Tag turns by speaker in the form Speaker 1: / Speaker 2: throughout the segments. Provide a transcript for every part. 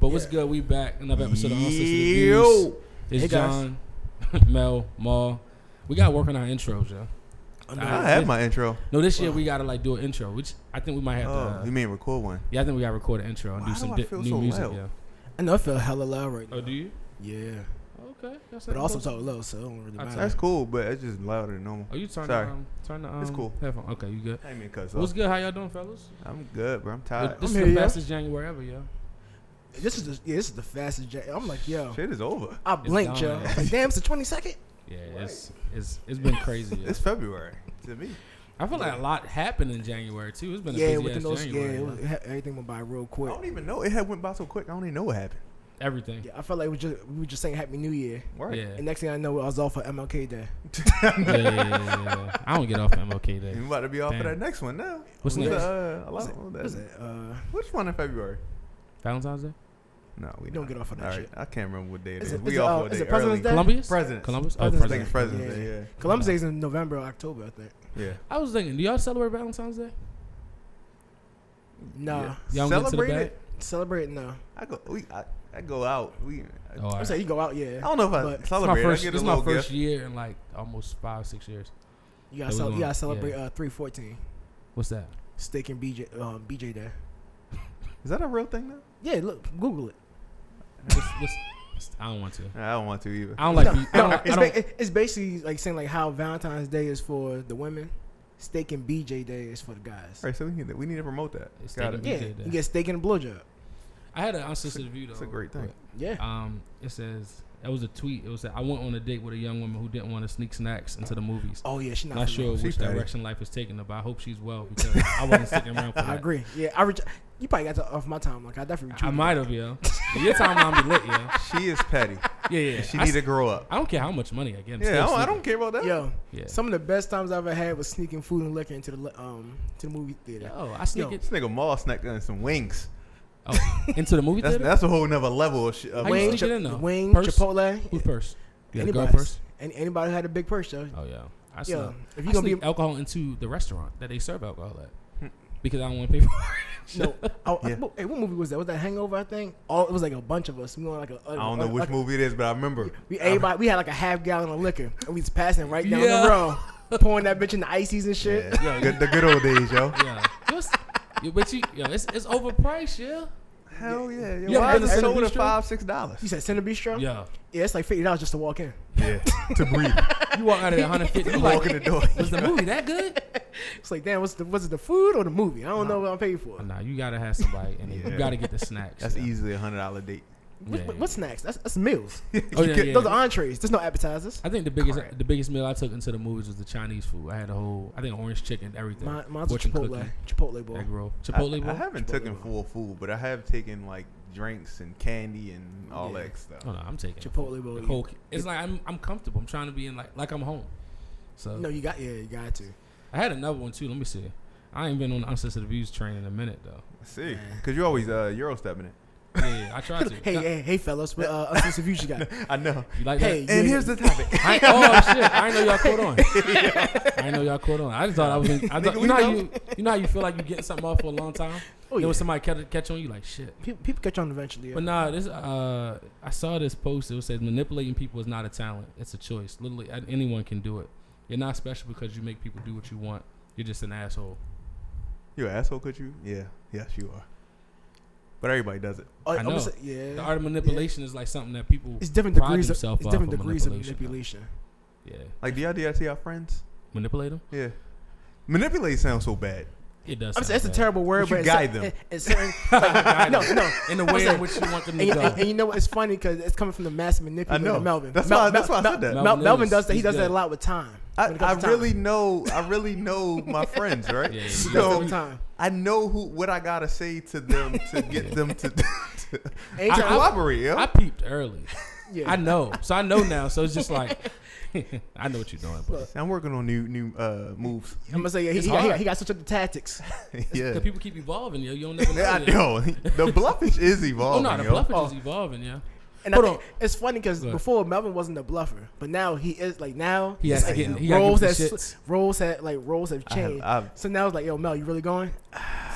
Speaker 1: But what's good? We back another episode of Unsolicited
Speaker 2: Yo.
Speaker 1: Views. It's
Speaker 2: Hey, guys.
Speaker 1: John, Mel, Maul. We got to work on our intros, yo.
Speaker 2: I
Speaker 1: Alright,
Speaker 2: have
Speaker 1: this-
Speaker 2: my intro.
Speaker 1: No, this year we got to like do an intro, which I think we might have
Speaker 2: Oh,
Speaker 1: to.
Speaker 2: you
Speaker 1: Uh,
Speaker 2: mean record one?
Speaker 1: yeah, I think we got to record an intro and
Speaker 2: Why
Speaker 1: do some
Speaker 2: do I
Speaker 1: di-
Speaker 2: feel
Speaker 1: new
Speaker 2: so
Speaker 1: music,
Speaker 2: loud?
Speaker 1: yeah.
Speaker 3: I know I feel hella loud right now.
Speaker 1: Oh, do you?
Speaker 3: Yeah,
Speaker 1: Okay, that's
Speaker 3: but I also talk low, so it don't really
Speaker 1: I
Speaker 3: matter.
Speaker 2: That's cool, but it's just louder than normal.
Speaker 1: Oh, uh, you turn
Speaker 2: Sorry.
Speaker 1: the um, turn the um,
Speaker 2: It's cool.
Speaker 1: headphone. Okay, you good?
Speaker 2: I didn't mean to cut us
Speaker 1: What's
Speaker 2: off.
Speaker 1: good? How y'all doing, fellas?
Speaker 2: I'm good, bro. I'm tired.
Speaker 1: this
Speaker 3: I'm
Speaker 1: is
Speaker 3: here,
Speaker 1: the
Speaker 3: yo.
Speaker 1: fastest January ever, yo.
Speaker 3: This is the, yeah, this is the fastest. J- I'm like, yo,
Speaker 2: Shit is over.
Speaker 3: I blinked, yo.
Speaker 1: gone.
Speaker 3: I was Like, damn, it's the 22nd.
Speaker 1: Yeah, it's it's it's been crazy. yo.
Speaker 2: It's February to me.
Speaker 1: I feel like a lot happened in January too. It's been a
Speaker 3: Yeah,
Speaker 1: busy
Speaker 3: within
Speaker 1: ass
Speaker 3: those, yeah,
Speaker 1: January.
Speaker 3: it
Speaker 1: yo.
Speaker 3: was, it ha- everything went by real
Speaker 2: I
Speaker 3: quick.
Speaker 2: don't even know. It had went by so quick. I don't even know what happened.
Speaker 1: Everything.
Speaker 3: Yeah, I felt like we just we were just saying Happy New Year,
Speaker 2: Right.
Speaker 1: Yeah.
Speaker 3: and next thing I know, I was off for MLK Day.
Speaker 1: yeah, yeah, yeah, yeah, yeah. I don't get off MLK
Speaker 2: And
Speaker 1: Day.
Speaker 2: we about to be off
Speaker 1: Damn.
Speaker 2: for that next one now.
Speaker 1: What's
Speaker 2: Who's
Speaker 1: next?
Speaker 2: the, uh,
Speaker 3: What's it-
Speaker 2: Alamo-
Speaker 3: What is it? Uh,
Speaker 2: Which one in February?
Speaker 1: Valentine's Day?
Speaker 2: No, we
Speaker 3: We don't get off on that
Speaker 2: Alright,
Speaker 3: shit.
Speaker 2: I can't remember what day it
Speaker 3: Is
Speaker 2: is.
Speaker 3: it- is
Speaker 2: we
Speaker 3: it,
Speaker 2: off
Speaker 3: uh,
Speaker 2: all
Speaker 3: is
Speaker 2: day
Speaker 3: it President's
Speaker 2: early.
Speaker 3: Day?
Speaker 1: Columbus?
Speaker 2: Presidents.
Speaker 1: Columbus? Oh,
Speaker 3: President's
Speaker 2: I think
Speaker 1: President.
Speaker 2: it's President's
Speaker 3: Yeah.
Speaker 2: Day. Yeah.
Speaker 3: Columbus Day's in November or October, I think.
Speaker 2: Yeah.
Speaker 1: I was thinking, do y'all celebrate Valentine's Day?
Speaker 3: Nah,
Speaker 2: Yeah.
Speaker 1: Y'all don't get to the
Speaker 2: Celebrate
Speaker 1: back?
Speaker 2: it.
Speaker 3: celebrate no.
Speaker 2: I go. We. I, I go out. We. I,
Speaker 1: Oh, all
Speaker 3: I'm
Speaker 1: right.
Speaker 3: saying you go out, yeah.
Speaker 2: I don't know if I
Speaker 3: But it's
Speaker 1: It's my
Speaker 2: celebrate.
Speaker 1: first,
Speaker 2: I get
Speaker 1: this
Speaker 2: a
Speaker 1: my
Speaker 2: little
Speaker 1: first
Speaker 2: gift.
Speaker 1: year in like almost five, six years.
Speaker 3: You gotta,
Speaker 1: Yeah, we
Speaker 3: cel-
Speaker 1: going-
Speaker 3: you gotta celebrate
Speaker 1: yeah.
Speaker 3: uh 314
Speaker 1: What's that?
Speaker 3: steak and BJ um, BJ Day.
Speaker 2: Is that a real thing though?
Speaker 3: Yeah, look, Google it.
Speaker 1: What's, what's, I don't want to.
Speaker 2: I don't want to either.
Speaker 1: I don't like.
Speaker 3: No,
Speaker 1: be- I don't.
Speaker 3: no,
Speaker 1: I
Speaker 3: it's,
Speaker 1: don't
Speaker 3: ba- it's basically like saying like how Valentine's Day is for the women, steak and BJ Day is for the guys.
Speaker 2: All right, so we need to, we need to promote that.
Speaker 1: It's
Speaker 2: Got
Speaker 1: taken-
Speaker 2: it.
Speaker 3: Yeah,
Speaker 1: BJ Day.
Speaker 3: you get steak and a blowjob.
Speaker 1: I had an unsolicited view though.
Speaker 2: It's a great thing.
Speaker 3: Yeah,
Speaker 1: Um, it says that was a tweet. It was that I went on a date with a young woman who didn't want to sneak snacks into the movies.
Speaker 3: Oh yeah, she's not.
Speaker 1: Not
Speaker 3: for
Speaker 1: sure
Speaker 3: sure.
Speaker 2: She
Speaker 1: which
Speaker 2: petty.
Speaker 1: direction life is taking her, but I hope she's well because I wasn't sticking around for that.
Speaker 3: I agree. Yeah, I reach. You probably got to off my time. Like I definitely.
Speaker 1: I
Speaker 3: retweeted
Speaker 1: might have, yo. Your timeline be lit, yo.
Speaker 2: She is petty.
Speaker 1: Yeah, yeah.
Speaker 2: She
Speaker 1: I,
Speaker 2: need
Speaker 1: s-
Speaker 2: to grow up.
Speaker 1: I don't care how much money I get. I'm
Speaker 2: Yeah, I
Speaker 1: still
Speaker 2: don't, I
Speaker 1: sleeping.
Speaker 2: don't care about that.
Speaker 3: it. Yo,
Speaker 1: Yeah.
Speaker 3: some of the best times I've ever had was sneaking food and liquor into the li- um to the movie theater.
Speaker 1: Yo, I sneak
Speaker 3: Yo.
Speaker 1: it
Speaker 2: This nigga Maul snacked on some wings.
Speaker 1: into the movie
Speaker 2: That's
Speaker 1: theater.
Speaker 2: that's a whole nother level of shit.
Speaker 1: How
Speaker 2: Of
Speaker 1: you
Speaker 3: Wing,
Speaker 1: sneak
Speaker 3: Chip-
Speaker 1: it in, though?
Speaker 3: Wing,
Speaker 1: Purse?
Speaker 3: Chipotle,
Speaker 1: Who's first? You had a girl
Speaker 3: anybody.
Speaker 1: first?
Speaker 3: And anybody who had a big purse, yo.
Speaker 1: Oh yeah. I snuck.
Speaker 3: Yo, if
Speaker 1: I
Speaker 3: you gonna be
Speaker 1: sneak alcohol into the restaurant that they serve alcohol at because I don't want to pay for. it.
Speaker 3: no, oh, I-
Speaker 2: Yeah.
Speaker 3: what- hey, what movie was that? Was that Hangover? I think. All it was like a bunch of us. We were like a.
Speaker 2: I don't know which movie it is, but I remember.
Speaker 3: We everybody we had like a half gallon of liquor and we was passing right down
Speaker 1: Yeah.
Speaker 3: the road, pouring that bitch in the ices and shit.
Speaker 2: Yeah. Good- the good old days, yo.
Speaker 1: yeah. Just, yeah, but you, yo, it's it's overpriced, yeah.
Speaker 2: Hell yeah. yo.
Speaker 1: Yeah,
Speaker 2: Why is
Speaker 1: but
Speaker 2: it
Speaker 1: it's
Speaker 2: sold
Speaker 1: gonna
Speaker 2: at
Speaker 1: be
Speaker 2: five, six dollars?
Speaker 3: You said Cinder Bistro?
Speaker 1: Yeah.
Speaker 3: Yeah, it's like fifty dollars just to walk in.
Speaker 2: Yeah. to breathe.
Speaker 1: You walk out of there 150. You
Speaker 2: You
Speaker 1: like,
Speaker 2: walk in the door.
Speaker 1: was the movie that good?
Speaker 3: It's like, damn, what's the was it the food or the movie? I don't know what I'm paying for.
Speaker 1: Nah, you gotta have somebody in it. You
Speaker 2: Yeah.
Speaker 1: gotta get the snacks.
Speaker 2: That's
Speaker 1: yeah.
Speaker 2: easily a hundred dollar date.
Speaker 3: What,
Speaker 1: Yeah,
Speaker 3: what-
Speaker 1: yeah.
Speaker 3: what snacks? That's, that's meals.
Speaker 1: Oh, yeah, yeah.
Speaker 3: Those are entrees. There's no appetizers.
Speaker 1: I think the biggest
Speaker 3: Correct.
Speaker 1: the biggest meal I took into the movies was the Chinese food. I had a whole I think orange chicken, everything.
Speaker 3: Mine, mine's was
Speaker 1: Fortune
Speaker 3: Chipotle.
Speaker 1: cookie,
Speaker 3: Chipotle bowl.
Speaker 1: egg roll, Chipotle
Speaker 2: I, I
Speaker 1: bowl.
Speaker 2: haven't
Speaker 3: Chipotle
Speaker 2: taken
Speaker 3: bowl.
Speaker 2: full food, but I have taken like drinks and candy and all
Speaker 3: Yeah.
Speaker 2: that stuff.
Speaker 1: Oh no, I'm taking
Speaker 3: Chipotle
Speaker 1: the
Speaker 3: bowl.
Speaker 1: whole. ki- It's like I'm I'm comfortable. I'm trying to be in like like I'm home. So
Speaker 3: No, you got yeah, you got to.
Speaker 1: I had another one too. Let me see. I ain't been on the unsensitive views train in a minute though.
Speaker 2: I see,
Speaker 3: Man.
Speaker 2: cause you always uh, Euro stepping it.
Speaker 1: Yeah, yeah, I tried to.
Speaker 3: Hey,
Speaker 1: Nah,
Speaker 3: hey, hey, fellas, what uh, us reviews you got?
Speaker 2: I know.
Speaker 1: you like
Speaker 3: Hey,
Speaker 1: that?
Speaker 2: And
Speaker 3: yeah.
Speaker 2: here's the topic.
Speaker 1: I ain't, oh shit! I ain't know y'all caught on. I ain't know y'all caught on. I just thought I was. In, I
Speaker 2: Nigga,
Speaker 1: thought, you
Speaker 2: we
Speaker 1: know how
Speaker 2: know.
Speaker 1: you you know how you feel like you getting something off for a long time.
Speaker 3: Oh
Speaker 1: Then
Speaker 3: yeah,
Speaker 1: when somebody catch, catch on, you like shit.
Speaker 3: people, people catch on eventually. Yeah.
Speaker 1: But nah, this uh, I saw this post. It says manipulating people is not a talent; it's a choice. Literally, an- anyone can do it. You're not special because you make people do what you want. You're just an asshole.
Speaker 2: You an asshole, could you? Yeah. Yes, you are. But everybody does it.
Speaker 3: Oh,
Speaker 1: I
Speaker 3: I'm gonna
Speaker 1: know.
Speaker 3: say- yeah,
Speaker 1: The art of manipulation is like something that people.
Speaker 3: it's different
Speaker 1: pride
Speaker 3: degrees. Of,
Speaker 1: themselves
Speaker 3: it's
Speaker 1: off
Speaker 3: different
Speaker 1: of
Speaker 3: degrees of
Speaker 1: manipulation.
Speaker 3: manipulation.
Speaker 1: Yeah,
Speaker 2: Like, do y'all do that to y'all friends?
Speaker 1: manipulate them.
Speaker 2: Yeah. Manipulate sounds so bad.
Speaker 1: It does.
Speaker 3: I'm saying
Speaker 1: sound
Speaker 3: that's a
Speaker 1: bad.
Speaker 3: terrible word,
Speaker 2: But you
Speaker 3: but
Speaker 2: guide
Speaker 3: it's,
Speaker 2: them.
Speaker 3: It's certain, like,
Speaker 1: Guide
Speaker 3: no,
Speaker 1: them.
Speaker 3: no.
Speaker 1: in the way
Speaker 3: I'm
Speaker 1: in which you want them
Speaker 3: And,
Speaker 1: to
Speaker 3: you-
Speaker 1: go.
Speaker 3: and- and you know what? It's funny because it's coming from the master
Speaker 2: I
Speaker 3: manipulator
Speaker 2: know.
Speaker 3: Melvin.
Speaker 2: That's
Speaker 3: Mel-
Speaker 2: why.
Speaker 3: Mel-
Speaker 2: that's why I said that.
Speaker 1: Mel-
Speaker 3: Mel-
Speaker 1: Melvin
Speaker 3: Melvin,
Speaker 1: is-
Speaker 3: does that. He
Speaker 1: he's
Speaker 3: does
Speaker 1: good.
Speaker 3: that a lot with time. when it
Speaker 2: I, I
Speaker 3: comes to time.
Speaker 2: really know. I really know my friends, right?
Speaker 1: Yeah, yeah,
Speaker 3: He
Speaker 1: yeah.
Speaker 3: does that
Speaker 2: So
Speaker 3: with time.
Speaker 2: I know who what I gotta say to them to get them to, to
Speaker 3: Anytime-
Speaker 2: collaborate. yo.
Speaker 1: I peeped early.
Speaker 3: yeah.
Speaker 1: I know, so I know now. So it's just like, I know what you're doing, but
Speaker 2: I'm working on new new uh, moves.
Speaker 3: I'm gonna say yeah, he,
Speaker 1: It's
Speaker 3: he, got, he,
Speaker 1: hard.
Speaker 3: got, he got switch up the tactics.
Speaker 2: yeah.
Speaker 1: the people keep evolving. Yo, you don't never know.
Speaker 2: Yeah, I
Speaker 1: yet.
Speaker 2: know. The bluffish is
Speaker 1: Oh
Speaker 2: evolving.
Speaker 1: no, the
Speaker 2: yo.
Speaker 1: bluff is just evolving. Yeah,
Speaker 3: And
Speaker 1: Hold
Speaker 3: I think it's funny because
Speaker 1: Go ahead.
Speaker 3: before Melvin wasn't a bluffer, but now he is. Like now,
Speaker 1: he
Speaker 3: it's
Speaker 1: has to
Speaker 3: like,
Speaker 1: get. in- He got
Speaker 3: roles
Speaker 1: to
Speaker 3: that
Speaker 1: get the shits.
Speaker 3: roles have like roles have
Speaker 2: I have-
Speaker 3: changed.
Speaker 2: I've
Speaker 3: so now it's like, yo, Mel, you really going?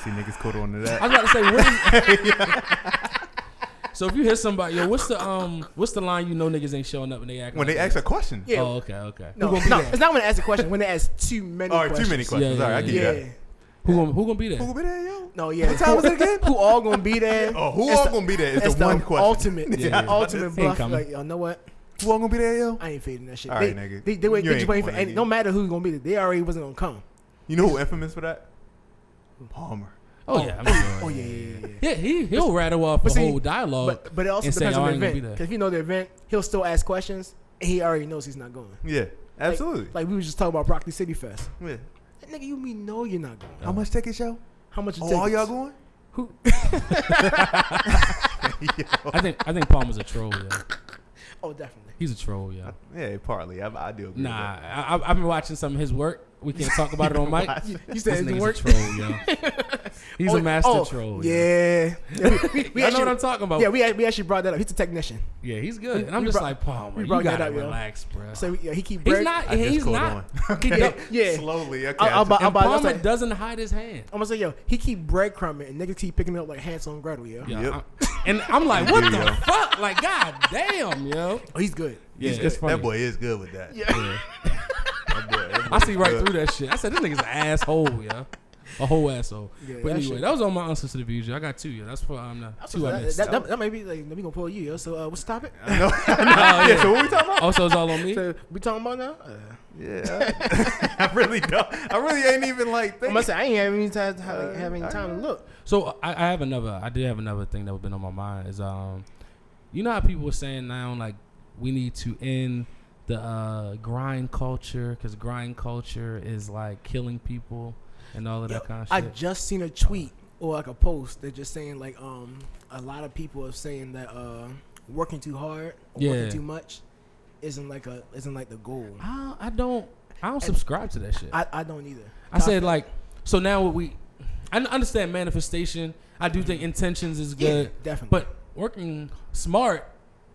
Speaker 2: seen niggas caught on to that.
Speaker 1: I was about to say, what is So if you hear somebody, yo, what's the um, what's the line you know niggas ain't showing up and they act
Speaker 2: When
Speaker 1: like
Speaker 2: they ask a question.
Speaker 3: Yeah.
Speaker 1: Oh, okay, okay.
Speaker 3: No,
Speaker 2: gonna be
Speaker 3: no
Speaker 2: there?
Speaker 3: it's not when they ask a question. When they ask too many.
Speaker 2: All right, too
Speaker 3: questions.
Speaker 2: many questions.
Speaker 1: Yeah,
Speaker 2: All right, I
Speaker 1: yeah,
Speaker 2: get
Speaker 3: Yeah.
Speaker 2: you that.
Speaker 1: Who gonna, who gonna be
Speaker 2: Who
Speaker 1: there?
Speaker 2: gonna be there, yo?
Speaker 3: No, yeah.
Speaker 2: What time was it again?
Speaker 3: Who all gonna be there?
Speaker 2: Oh, who
Speaker 3: It's
Speaker 2: all
Speaker 3: the-
Speaker 2: gonna be there? It's
Speaker 3: That's
Speaker 2: the one question.
Speaker 3: ultimate,
Speaker 1: Yeah.
Speaker 2: Ain't
Speaker 3: ultimate bluff.
Speaker 1: coming.
Speaker 3: Like, you know what?
Speaker 2: Who all gonna be there, yo?
Speaker 3: I ain't fading that shit.
Speaker 2: All
Speaker 3: they,
Speaker 2: right, nigga.
Speaker 3: They, they, went-
Speaker 2: You
Speaker 3: they just
Speaker 2: ain't
Speaker 3: waiting for
Speaker 2: funny,
Speaker 3: any.
Speaker 2: nigga.
Speaker 3: No matter who's gonna be there, they already wasn't gonna come.
Speaker 2: You know who infamous for that? Palmer.
Speaker 1: Oh yeah, I'm sure.
Speaker 3: Oh yeah, yeah, yeah. yeah.
Speaker 1: Yeah, he he'll rattle off a
Speaker 3: but see,
Speaker 1: whole dialogue.
Speaker 3: But but it also
Speaker 1: and say,
Speaker 3: depends
Speaker 1: "Oh, I
Speaker 3: on the
Speaker 1: ain't gonna be
Speaker 3: event.
Speaker 1: there."
Speaker 3: Because if you know the event, he'll still ask questions. And he already knows he's not going.
Speaker 2: Yeah, absolutely.
Speaker 3: Like we was just talking about Broccoli City Fest.
Speaker 2: Yeah.
Speaker 3: That nigga, you mean no, you're not going.
Speaker 2: How much tickets, yo?
Speaker 3: How much? it
Speaker 2: Oh, all
Speaker 3: tickets?
Speaker 2: y'all going?
Speaker 3: Who?
Speaker 2: Yo.
Speaker 1: I think I think Palmer's a troll. Yeah,
Speaker 3: Oh, definitely.
Speaker 1: he's a troll. Yeah.
Speaker 2: Yeah, partly. I, I do agree.
Speaker 1: Nah, I, I- I've been watching some of his work. We can't talk about it on mic.
Speaker 2: With that.
Speaker 3: You, you said
Speaker 1: This
Speaker 3: it
Speaker 1: nigga's
Speaker 3: didn't
Speaker 1: a
Speaker 3: work.
Speaker 1: troll, yo. He's
Speaker 3: Oh,
Speaker 1: a master
Speaker 3: oh,
Speaker 1: troll.
Speaker 3: Yeah. yeah. We, we, we
Speaker 1: I know
Speaker 3: actually,
Speaker 1: what I'm talking about.
Speaker 3: yeah,
Speaker 1: Yeah,
Speaker 3: we, act- we actually brought that up. He's a technician,
Speaker 1: he's good. And I'm
Speaker 3: we
Speaker 1: just
Speaker 3: brought-
Speaker 1: like, Palmer,
Speaker 3: we
Speaker 1: you
Speaker 3: brought
Speaker 1: gotta
Speaker 3: that up, yo.
Speaker 1: relax, bro.
Speaker 3: so yeah, he keep.
Speaker 1: he's
Speaker 3: break-
Speaker 1: not.
Speaker 2: I just
Speaker 1: he's
Speaker 2: caught
Speaker 1: not.
Speaker 2: on.
Speaker 1: he-
Speaker 3: Yeah, yeah.
Speaker 2: Slowly. Okay.
Speaker 3: I- I'm about-
Speaker 1: And
Speaker 3: I'm about to
Speaker 1: Palmer
Speaker 3: say-
Speaker 1: doesn't hide his hand.
Speaker 3: I'm gonna say, yo, he keep breadcrumbing and niggas keep picking it up like Hansel and Gretel, yo.
Speaker 1: Yeah,
Speaker 2: Yep.
Speaker 1: I- and I'm like, what
Speaker 2: Yeah.
Speaker 1: the fuck? Like, god damn, yo.
Speaker 3: Oh, he's good.
Speaker 1: Yeah,
Speaker 2: He's
Speaker 1: it's
Speaker 2: good.
Speaker 1: funny.
Speaker 2: That boy is good with that.
Speaker 1: Yeah.
Speaker 2: That boy, that boy
Speaker 1: I see
Speaker 2: is
Speaker 1: right
Speaker 2: good.
Speaker 1: through that shit. I said this nigga's an asshole, yeah. A whole asshole.
Speaker 3: Yeah,
Speaker 1: but
Speaker 3: that
Speaker 1: anyway,
Speaker 3: shit-
Speaker 1: that was all my answers to the views. yeah. I got two, yeah. That's for um, the
Speaker 3: That's
Speaker 1: two
Speaker 3: what-
Speaker 1: I
Speaker 3: that,
Speaker 1: missed.
Speaker 3: that, that, that may be like we gonna pull you, yo. So uh, what's the topic?
Speaker 2: I know.
Speaker 1: Oh,
Speaker 2: yeah.
Speaker 1: yeah.
Speaker 2: So what we talking about?
Speaker 1: Also, it's all on me.
Speaker 3: So we talking about now? Uh,
Speaker 2: Yeah. I really don't. I really ain't even like
Speaker 3: I'm
Speaker 2: thinking.
Speaker 3: gonna say I ain't have any time to have,
Speaker 2: Uh,
Speaker 3: have any
Speaker 2: I
Speaker 3: time to
Speaker 2: know.
Speaker 3: look.
Speaker 1: So I, I have another. I did have another thing that was been on my mind is um, you know how people were saying now like we need to end the uh, grind culture because grind culture is like killing people and all of that
Speaker 3: Yo,
Speaker 1: kind of shit.
Speaker 3: I just seen a tweet or like a post that just saying like um a lot of people are saying that uh working too hard or
Speaker 1: Yeah.
Speaker 3: working too much isn't like a isn't like the goal.
Speaker 1: I, I don't I don't subscribe to that shit. I,
Speaker 3: I, I don't either.
Speaker 1: said like so now what we I n- understand manifestation. I do think intentions is
Speaker 3: yeah,
Speaker 1: good,
Speaker 3: definitely.
Speaker 1: but working smart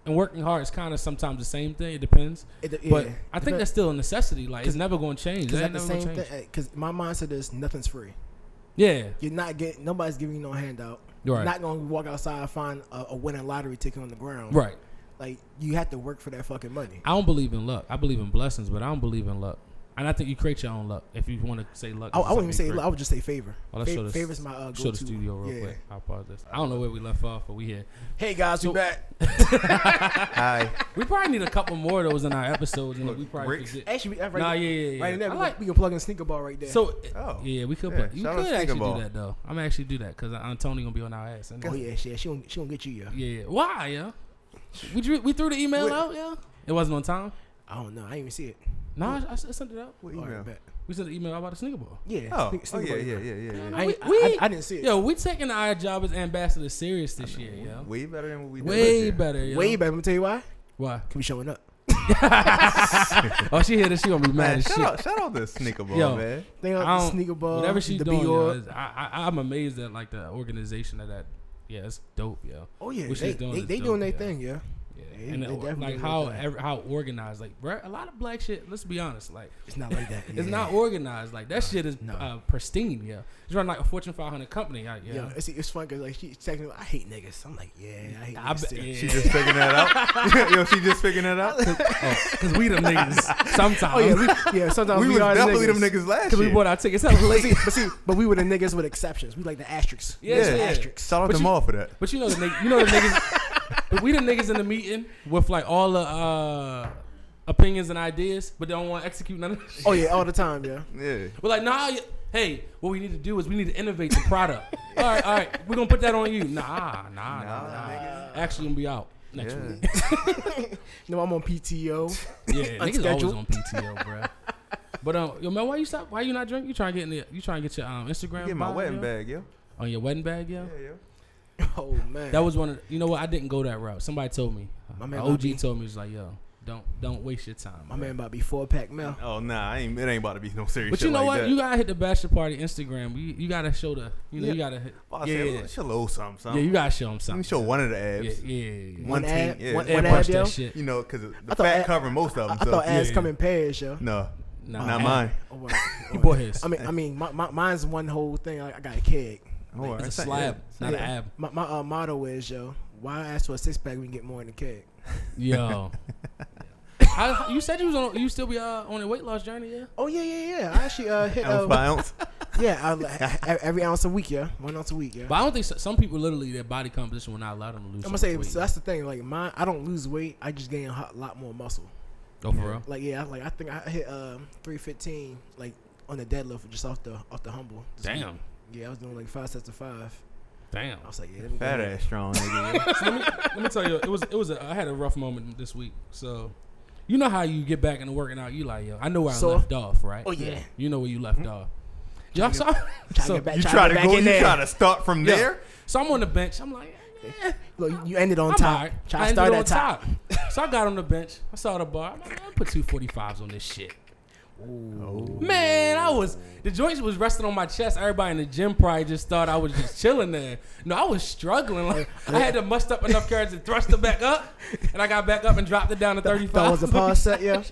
Speaker 1: and working hard is kind of sometimes the same thing. It depends,
Speaker 3: It- yeah.
Speaker 1: but I think
Speaker 3: Depend-
Speaker 1: that's still a necessity. Like it's
Speaker 3: 'Cause-
Speaker 1: never going to change.
Speaker 3: Cause
Speaker 1: That
Speaker 3: at
Speaker 1: ain't
Speaker 3: the
Speaker 1: never gonna
Speaker 3: same
Speaker 1: change.
Speaker 3: thing, cause my mindset is nothing's free.
Speaker 1: Yeah,
Speaker 3: You're not getting nobody's giving you no handout.
Speaker 1: Right.
Speaker 3: You're not gonna walk outside and find a, a winning lottery ticket on the ground.
Speaker 1: right.
Speaker 3: Like you have to work for that fucking money.
Speaker 1: I don't believe in luck. I believe in blessings, but I don't believe in luck. And I think you create your own luck if you want to say luck.
Speaker 3: I, I wouldn't even say.
Speaker 1: luck.
Speaker 3: I would just say favor.
Speaker 1: Oh, let's show
Speaker 3: Fa-
Speaker 1: this-
Speaker 3: favor's my uh, go-to.
Speaker 1: Show the studio real
Speaker 3: Yeah.
Speaker 1: quick. I apologize. I don't know where we left off, but we here.
Speaker 3: Hey guys, we
Speaker 1: So-
Speaker 3: back.
Speaker 2: Hi.
Speaker 1: We probably need a couple more of those in our episodes, and
Speaker 2: Look,
Speaker 1: we probably
Speaker 2: bricks.
Speaker 1: forget.
Speaker 3: Actually, we, uh, right,
Speaker 1: nah, yeah, yeah, yeah.
Speaker 3: right in there,
Speaker 1: I
Speaker 3: we,
Speaker 1: like.
Speaker 3: can, we can plug in sneaker ball right there.
Speaker 1: So
Speaker 2: Oh.
Speaker 1: yeah, we could.
Speaker 2: Yeah,
Speaker 1: put, you
Speaker 2: shout out
Speaker 1: could
Speaker 2: Sneaker
Speaker 1: actually
Speaker 2: Ball.
Speaker 1: do that though. I'm gonna actually do that because Tony gonna be on our ass.
Speaker 3: oh
Speaker 1: Yeah,
Speaker 3: yeah, shit, she gonna, she gonna get you, yeah.
Speaker 1: yeah. Why, yeah? We drew, we threw the email
Speaker 2: Wait.
Speaker 1: out, yeah. It wasn't on time.
Speaker 3: I don't know. I didn't even see it.
Speaker 1: No, I, I sent it out.
Speaker 2: What
Speaker 3: All right,
Speaker 2: email?
Speaker 3: bet.
Speaker 1: We sent an email about the sneaker ball.
Speaker 3: Yeah.
Speaker 2: Oh.
Speaker 3: sneak-
Speaker 2: Oh
Speaker 3: sneaker
Speaker 2: yeah,
Speaker 3: ball,
Speaker 2: yeah, yeah, yeah. yeah.
Speaker 3: I, ain't-
Speaker 1: We-
Speaker 3: I, I didn't see it.
Speaker 1: Yo, we taking our job as ambassadors serious this year, yo.
Speaker 2: Way better than what we did.
Speaker 1: Way
Speaker 2: last year.
Speaker 1: better, yo.
Speaker 3: Way better. Let me tell you why.
Speaker 1: Why?
Speaker 3: Can we showing up?
Speaker 1: Oh, she hear this, she gonna be mad
Speaker 2: Man,
Speaker 1: as
Speaker 2: shout
Speaker 1: shit.
Speaker 2: out, shout out the sneaker ball,
Speaker 1: Yo.
Speaker 2: man.
Speaker 3: Think
Speaker 1: I
Speaker 3: of the
Speaker 1: don't-
Speaker 3: sneaker ball.
Speaker 1: Whatever she's
Speaker 3: the
Speaker 1: doing, yo,
Speaker 3: Bior.
Speaker 1: is- I, I, I'm amazed at like the organization of that. Yeah, it's dope, yo.
Speaker 3: Oh yeah,
Speaker 1: What
Speaker 3: they,
Speaker 1: she's doing
Speaker 3: they,
Speaker 1: is
Speaker 3: they
Speaker 1: dope,
Speaker 3: doing their
Speaker 1: yeah.
Speaker 3: thing, yeah.
Speaker 1: Yeah,
Speaker 3: Yeah,
Speaker 1: and
Speaker 3: they
Speaker 1: it-
Speaker 3: definitely
Speaker 1: like
Speaker 3: do
Speaker 1: how
Speaker 3: that.
Speaker 1: ev- how organized, like bruh, a lot of black shit. Let's be honest, like
Speaker 3: It's not like that.
Speaker 1: it's
Speaker 3: yeah.
Speaker 1: not organized. Like that shit is
Speaker 3: no.
Speaker 1: uh, pristine, yeah. It's running like a Fortune 500 company, out,
Speaker 3: Yeah,
Speaker 1: yeah.
Speaker 3: it's, it's fun because like she texted me, I hate niggas. I'm like, yeah, I hate
Speaker 1: I
Speaker 3: niggas.
Speaker 1: be-
Speaker 3: too."
Speaker 1: yeah.
Speaker 2: She just figuring that out. Yo, she just figuring that out.
Speaker 1: Because we them niggas sometimes.
Speaker 3: Oh yeah, we, yeah. Sometimes
Speaker 2: We
Speaker 3: we,
Speaker 2: was
Speaker 3: are the
Speaker 2: definitely
Speaker 3: niggas.
Speaker 2: them niggas last
Speaker 1: Because we
Speaker 2: year.
Speaker 1: bought our tickets out
Speaker 3: But
Speaker 1: late.
Speaker 3: see, but see, but we were the niggas with exceptions. We like the asterisks.
Speaker 1: Yeah,
Speaker 3: Niggas with
Speaker 1: yeah.
Speaker 3: asterisks.
Speaker 2: Shout out
Speaker 1: But
Speaker 2: to
Speaker 1: you-
Speaker 2: Maul for that.
Speaker 1: But you know the niggas, you know the niggas. but we the niggas in the meeting with like all the uh, opinions and ideas, but don't want to execute none of that shit.
Speaker 3: Oh yeah, all the time, yeah.
Speaker 2: Yeah.
Speaker 1: We're like, nah. y- Hey, what we need to do is we need to innovate the product. all right, all right, we're gonna put that on you. Nah, nah, nah.
Speaker 2: Nah,
Speaker 1: nah.
Speaker 2: nigga.
Speaker 1: Actually, gonna be out
Speaker 2: Yeah.
Speaker 1: next week.
Speaker 3: No, I'm on PTO.
Speaker 1: Yeah, niggas always
Speaker 3: Unscheduled.
Speaker 1: on PTO, bro. But um, yo man, why you stop? Why you not drinking? You trying to get in the, You trying to get your um Instagram?
Speaker 2: Get my
Speaker 1: bio,
Speaker 2: wedding
Speaker 1: yo?
Speaker 2: bag, yo.
Speaker 1: On your wedding bag, yeah.
Speaker 2: Yeah, yo.
Speaker 3: Oh man,
Speaker 1: That was one of the- you know what I didn't go that route. Somebody told me.
Speaker 3: My
Speaker 1: My
Speaker 3: man
Speaker 1: OG
Speaker 3: Bobby.
Speaker 1: told me he's like, yo, don't don't waste your time. bro.
Speaker 3: my man about to be four pack mail.
Speaker 2: Oh nah, I ain't, it ain't about to be no serious.
Speaker 1: But
Speaker 2: shit
Speaker 1: you know
Speaker 2: like
Speaker 1: what?
Speaker 2: That.
Speaker 1: You gotta hit the bachelor party Instagram. You you gotta show the you know you gotta hit,
Speaker 2: About to
Speaker 1: yeah,
Speaker 2: say,
Speaker 1: yeah.
Speaker 2: look, show a little something,
Speaker 1: yeah
Speaker 2: something.
Speaker 1: you gotta show them
Speaker 2: Let
Speaker 1: something.
Speaker 2: me show one of the
Speaker 1: yeah,
Speaker 2: abs.
Speaker 1: yeah, yeah. yeah.
Speaker 2: One
Speaker 3: One
Speaker 2: team,
Speaker 3: ad,
Speaker 2: yeah.
Speaker 3: one,
Speaker 1: Yeah,
Speaker 3: one
Speaker 1: brush that
Speaker 3: ad, yo.
Speaker 1: shit.
Speaker 2: You know, because the
Speaker 3: I
Speaker 2: fat
Speaker 3: thought ad-
Speaker 2: cover most of them.
Speaker 3: I
Speaker 2: so.
Speaker 3: thought ads
Speaker 1: yeah.
Speaker 3: come in pairs, yo.
Speaker 2: no,
Speaker 1: Nah,
Speaker 2: not
Speaker 1: ad-
Speaker 2: mine.
Speaker 3: Oh, wow.
Speaker 1: He bought his.
Speaker 3: I mean, I mean, my, my, mine's one whole thing. Like, I got a keg.
Speaker 2: Oh,
Speaker 1: it's a
Speaker 2: that's not-
Speaker 1: slab,
Speaker 2: yeah.
Speaker 1: not
Speaker 3: Yeah.
Speaker 1: an ab.
Speaker 3: My, my uh, motto is, yo, Why I ask for a six pack when you get more in the keg?
Speaker 1: Yo. How, you said you was on. You still be uh, on a weight loss journey, yeah?
Speaker 3: Oh yeah, yeah, yeah. I actually uh, hit.
Speaker 2: Ounce
Speaker 3: Uh,
Speaker 2: by ounce.
Speaker 3: yeah, I, I- every ounce a week. Yeah, one ounce a week. Yeah.
Speaker 1: But I don't think so, some people literally their body composition will not allow them to lose.
Speaker 3: I'm
Speaker 1: so
Speaker 3: gonna
Speaker 1: much
Speaker 3: say
Speaker 1: weight.
Speaker 3: so that's the thing. Like mine, I don't lose weight. I just gain a hot- lot more muscle.
Speaker 1: Go for real.
Speaker 3: Like yeah, like I think I hit um 315 like on the deadlift just off the off the humble. this week.
Speaker 1: Damn,
Speaker 3: Yeah, I was doing like five sets of five.
Speaker 1: damn.
Speaker 3: I was like, yeah, let me
Speaker 2: Fat
Speaker 3: go.
Speaker 2: ass strong nigga.
Speaker 1: So let, me, let me tell you, it was it was. A, I had a rough moment this week. So, you know how you get back into working out, you like yo. I know where I
Speaker 3: So-
Speaker 1: left off, right?
Speaker 3: Oh, yeah. Mm-hmm.
Speaker 1: You know where you left off. Y'all
Speaker 3: to
Speaker 1: saw.
Speaker 3: Try
Speaker 1: So,
Speaker 3: to get back,
Speaker 2: You
Speaker 3: try
Speaker 2: try to
Speaker 3: get back
Speaker 2: go,
Speaker 3: in
Speaker 2: you
Speaker 3: there.
Speaker 2: try to start from
Speaker 1: Yeah.
Speaker 2: there.
Speaker 1: so I'm on the bench. I'm like, eh,
Speaker 3: Look, you- you ended on
Speaker 1: I'm
Speaker 3: top.
Speaker 1: all right.
Speaker 3: Try
Speaker 1: I
Speaker 3: to
Speaker 1: ended
Speaker 3: start
Speaker 1: on
Speaker 3: at top.
Speaker 1: top. so I got on the bench. I saw the bar. I'm like, I put two forty fives on this shit.
Speaker 3: Oh.
Speaker 1: Man, I was the joints was resting on my chest. Everybody in the gym probably just thought I was just chilling there. No, I was struggling. Like I had to must up enough courage to thrust it back up, and I got back up and dropped it down to thirty
Speaker 3: That
Speaker 1: five.
Speaker 3: was a pause set, yeah.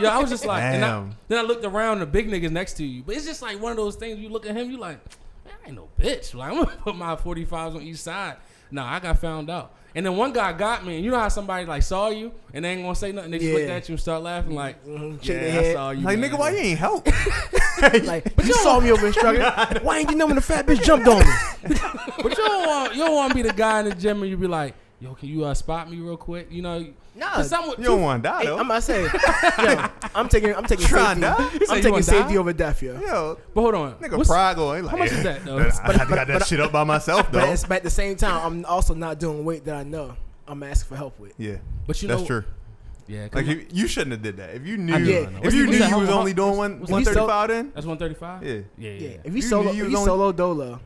Speaker 1: Yeah, I was just like, and I,
Speaker 2: Damn.
Speaker 1: then I looked around, the big niggas next to you. But it's just like one of those things. You look at him, you like, man, I ain't no bitch. Like I'm gonna put my 45s on each side. Nah, I got found out. And then one guy got me, and you know how somebody like saw you and they ain't gonna say nothing. They just
Speaker 3: Yeah.
Speaker 1: looked at you and start laughing, like,
Speaker 3: Mhm, Shake
Speaker 1: yeah,
Speaker 3: their
Speaker 1: I
Speaker 3: head.
Speaker 1: saw you.
Speaker 2: Like
Speaker 1: man.
Speaker 2: nigga, why you ain't help?
Speaker 3: Like, you saw me over there struggling. Why ain't you know when the fat bitch jumped on me?
Speaker 1: But you don't want you don't want to be the guy in the gym and you be like, yo, can you uh, spot me real quick? You know,
Speaker 3: Nah,
Speaker 1: 'cause some-
Speaker 2: You don't want to die
Speaker 3: Hey,
Speaker 2: though.
Speaker 3: I'm about to say, yo, I'm taking, I'm taking
Speaker 2: Tryna
Speaker 3: safety.
Speaker 2: die?
Speaker 1: You say
Speaker 3: I'm
Speaker 1: you
Speaker 3: taking
Speaker 1: wanna
Speaker 3: safety
Speaker 1: die?
Speaker 3: over death, yeah.
Speaker 2: Yo,
Speaker 1: But hold on,
Speaker 2: nigga,
Speaker 1: What's-
Speaker 2: pride going. Like,
Speaker 1: how much
Speaker 2: yeah,
Speaker 1: is that, though?
Speaker 2: I had to
Speaker 3: but-
Speaker 2: got
Speaker 3: but-
Speaker 2: that shit up by
Speaker 3: But,
Speaker 2: myself though.
Speaker 3: it's, but at the same time, I'm also not doing weight that I know I'm asking for help with.
Speaker 2: Yeah,
Speaker 1: But you
Speaker 2: that's
Speaker 1: know,
Speaker 2: true.
Speaker 1: Yeah, 'cause
Speaker 2: Like you, you shouldn't have did that. If you knew,
Speaker 1: I
Speaker 3: Yeah.
Speaker 1: know, I know.
Speaker 2: if
Speaker 1: What's-
Speaker 2: you knew
Speaker 1: what's
Speaker 2: you
Speaker 1: that?
Speaker 2: was
Speaker 1: How-
Speaker 2: only doing one
Speaker 1: what's
Speaker 2: one
Speaker 1: that?
Speaker 2: thirty five, then
Speaker 1: That's 135.
Speaker 2: yeah,
Speaker 1: Yeah, yeah.
Speaker 3: Yeah,
Speaker 1: yeah.
Speaker 3: if you
Speaker 2: You-
Speaker 3: solo,
Speaker 2: you
Speaker 3: if you
Speaker 2: don't-
Speaker 3: solo dolo,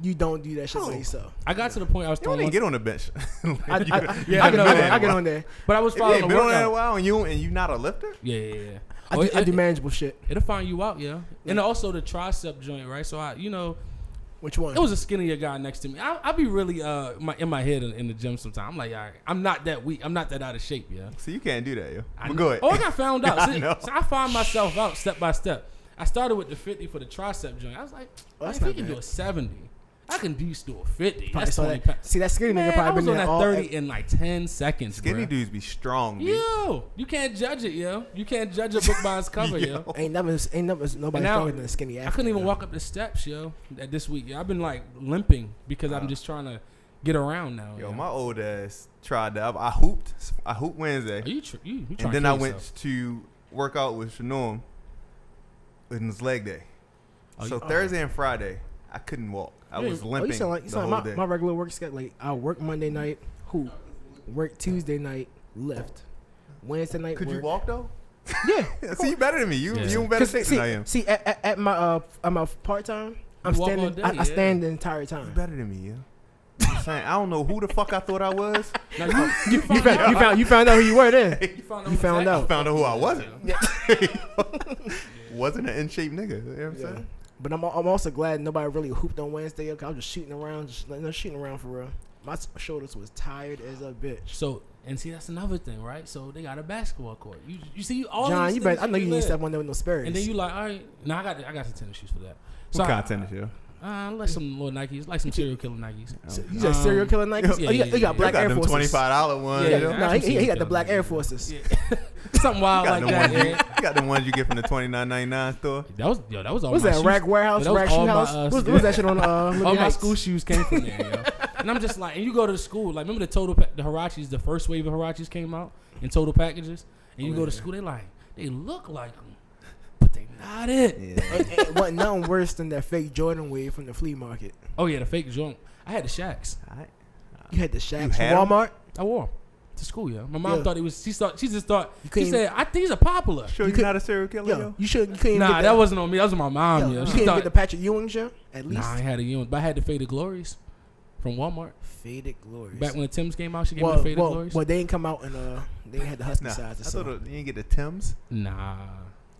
Speaker 3: you don't do that shit by
Speaker 2: No.
Speaker 3: yourself.
Speaker 1: I got to the point I was
Speaker 2: you don't
Speaker 1: throwing,
Speaker 2: even
Speaker 1: one,
Speaker 2: get on the bench. Like,
Speaker 3: I, I,
Speaker 2: you
Speaker 3: I,
Speaker 2: could-
Speaker 1: Oh. yeah,
Speaker 3: I,
Speaker 1: I
Speaker 3: get
Speaker 1: know
Speaker 3: on
Speaker 1: that.
Speaker 3: there. I get on there.
Speaker 1: but I was
Speaker 2: If you
Speaker 1: following
Speaker 2: ain't
Speaker 1: the
Speaker 2: been on that a
Speaker 1: workout.
Speaker 2: while and you and you not a lifter,
Speaker 1: Yeah, yeah, yeah.
Speaker 3: I,
Speaker 1: Oh,
Speaker 3: do,
Speaker 1: it-
Speaker 3: I do
Speaker 1: it-
Speaker 3: manageable shit.
Speaker 1: It'll find you out, yeah. And
Speaker 3: Yeah.
Speaker 1: also the tricep joint, right? So I, you know,
Speaker 3: Which one?
Speaker 1: it was a skinnier guy next to me. I, I be really uh my, in my head in, in the gym sometimes. I'm like, all right, I'm not that weak. I'm not that out of shape, yeah.
Speaker 2: so you can't do that, yo.
Speaker 1: I
Speaker 2: But
Speaker 1: kn-
Speaker 2: go ahead.
Speaker 1: Oh, I got found out.
Speaker 2: I
Speaker 1: See,
Speaker 2: know.
Speaker 1: so I find myself out step by step. I started with the 50 for the tricep joint. I was like,
Speaker 3: Oh, that's
Speaker 1: man, if he
Speaker 3: not
Speaker 1: can do
Speaker 3: bad.
Speaker 1: a 70, I can do still a 50.
Speaker 3: Probably
Speaker 1: that's
Speaker 3: saw
Speaker 1: 20
Speaker 3: that-
Speaker 1: pounds.
Speaker 3: See that skinny
Speaker 1: Man,
Speaker 3: nigga
Speaker 1: I
Speaker 3: probably
Speaker 1: was
Speaker 3: been
Speaker 1: on
Speaker 3: there
Speaker 1: that
Speaker 3: all
Speaker 1: 30 in like 10 seconds,
Speaker 2: Skinny
Speaker 1: bruh.
Speaker 2: dudes be strong, dude.
Speaker 1: Yo, you can't judge it, yo. You can't judge a book by its cover, yo.
Speaker 2: Yo.
Speaker 3: e-, Ain't never, ain't never nobody
Speaker 1: And now-
Speaker 3: stronger than a skinny.
Speaker 1: I couldn't even walk up the steps, yo. At this week, yo. I've been like limping because I'm
Speaker 2: Wow.
Speaker 1: just trying to get around now.
Speaker 2: Yo,
Speaker 1: yo.
Speaker 2: my old ass tried that. I, I hooped. I hooped Wednesday,
Speaker 1: Are you, tr- you, you trying
Speaker 2: and
Speaker 1: to
Speaker 2: then I
Speaker 1: kill
Speaker 2: went
Speaker 1: yourself.
Speaker 2: to work out with Shanorm. It was leg day,
Speaker 1: Oh,
Speaker 2: so
Speaker 1: you-
Speaker 2: Thursday and Friday I couldn't walk. I
Speaker 1: You
Speaker 2: was
Speaker 1: ain't-
Speaker 3: Oh,
Speaker 2: limping
Speaker 3: you sound like you
Speaker 2: the whole
Speaker 3: sound like
Speaker 2: day.
Speaker 3: my, my regular work schedule. Like I work Monday night, who work Tuesday night, lift Wednesday night.
Speaker 2: Could you
Speaker 3: work.
Speaker 2: walk though?
Speaker 3: Yeah.
Speaker 2: see, you better than me. You
Speaker 1: Yeah.
Speaker 2: you in better
Speaker 3: 'Cause
Speaker 2: shape
Speaker 3: see,
Speaker 2: than I am.
Speaker 3: see at, at, at my uh, at my part time, I'm
Speaker 1: walk all
Speaker 3: standing.
Speaker 1: day,
Speaker 3: I,
Speaker 1: yeah.
Speaker 3: I stand the entire
Speaker 2: You
Speaker 3: time.
Speaker 2: better than me, yeah. I'm saying, I don't know who the fuck I thought I was.
Speaker 1: Now, you, you,
Speaker 3: You
Speaker 1: found
Speaker 3: found,
Speaker 1: out.
Speaker 3: you found you found out who you were then.
Speaker 1: You found out.
Speaker 3: you found
Speaker 1: exactly.
Speaker 2: I
Speaker 3: out.
Speaker 2: found out who I wasn't.
Speaker 3: Yeah.
Speaker 2: wasn't an in shape nigga. You know what I'm
Speaker 3: Yeah.
Speaker 2: saying?
Speaker 3: But I'm, I'm also glad nobody really hooped on Wednesday. Okay, I was just shooting around, just like, no shooting around for real. My s- shoulders was tired as a bitch.
Speaker 1: So and see that's another thing, right? So they got a basketball court. You you see all
Speaker 3: John,
Speaker 1: these
Speaker 3: you
Speaker 1: things
Speaker 3: bet. I know you need
Speaker 1: live.
Speaker 3: step on there with no spares.
Speaker 1: And then you like, all right, no, I got I got some tennis shoes for that. So
Speaker 2: What
Speaker 1: I,
Speaker 2: kind of tennis, yo?
Speaker 1: uh, like some little Nikes, like some serial killer Nikes.
Speaker 3: S- you said
Speaker 1: Um,
Speaker 3: serial killer Nikes.
Speaker 1: yeah,
Speaker 3: oh, yeah,
Speaker 1: yeah,
Speaker 3: you
Speaker 1: yeah.
Speaker 3: got
Speaker 2: Black
Speaker 3: black
Speaker 2: got
Speaker 3: Air
Speaker 2: them
Speaker 3: Forces.
Speaker 2: twenty five dollar ones.
Speaker 1: Yeah,
Speaker 2: you know?
Speaker 1: yeah.
Speaker 3: No, he, he, he got the
Speaker 1: Actually,
Speaker 3: black
Speaker 1: yeah.
Speaker 3: Air Forces.
Speaker 1: Yeah. Something wild like
Speaker 2: Got the
Speaker 1: that.
Speaker 2: ones
Speaker 1: Yeah.
Speaker 2: you, got the ones you get from the twenty nine ninety nine store.
Speaker 1: That was yo. That was all.
Speaker 3: What was
Speaker 1: my
Speaker 3: that
Speaker 1: shoes.
Speaker 3: rack warehouse,
Speaker 1: that was
Speaker 3: rack
Speaker 1: all
Speaker 3: shoe
Speaker 1: my,
Speaker 3: house?
Speaker 1: uh,
Speaker 3: What was, what was that shit on? Uh,
Speaker 1: All
Speaker 3: Liberty
Speaker 1: my
Speaker 3: Heights?
Speaker 1: school shoes came from there, yo. And I'm just like, and you go to the school. Like, remember the total pa- the Hirachis, the first wave of Hirachis came out in total packages, and you
Speaker 3: Oh,
Speaker 1: go to
Speaker 3: yeah.
Speaker 1: school. They like, they look like them, but they not it.
Speaker 2: Yeah.
Speaker 3: And- and it wasn't nothing worse than that fake Jordan wave from the flea market.
Speaker 1: Oh yeah, the fake junk. I had the shacks.
Speaker 2: I,
Speaker 3: You had the Shacks from
Speaker 2: had 'em?
Speaker 3: Walmart.
Speaker 1: I wore 'em to school. Yeah, my mom
Speaker 3: Yeah.
Speaker 1: thought it was. She thought she just thought. She
Speaker 3: couldn't
Speaker 1: said, "I these are popular."
Speaker 2: sure
Speaker 3: You
Speaker 2: you,
Speaker 3: could-
Speaker 2: not a serial killer, yo.
Speaker 3: Yo, you should. You couldn't even
Speaker 1: Nah,
Speaker 3: get
Speaker 1: that
Speaker 3: the,
Speaker 1: wasn't on me. That was my
Speaker 3: Yo,
Speaker 1: mom.
Speaker 3: you
Speaker 1: Yeah,
Speaker 3: couldn't
Speaker 1: she
Speaker 3: even
Speaker 1: thought.
Speaker 3: get the Patrick Ewing show at least.
Speaker 1: Nah, I had a unit, but I had the faded glories from Walmart.
Speaker 3: Faded glories.
Speaker 1: Back when the Tim's came out, she gave
Speaker 3: well,
Speaker 1: me the faded
Speaker 3: well,
Speaker 1: glories.
Speaker 3: well, they didn't come out in uh, they ain't had the husky
Speaker 2: Nah, I
Speaker 3: size or
Speaker 2: thought
Speaker 3: something.
Speaker 2: it- you didn't get the Tims.
Speaker 1: Nah.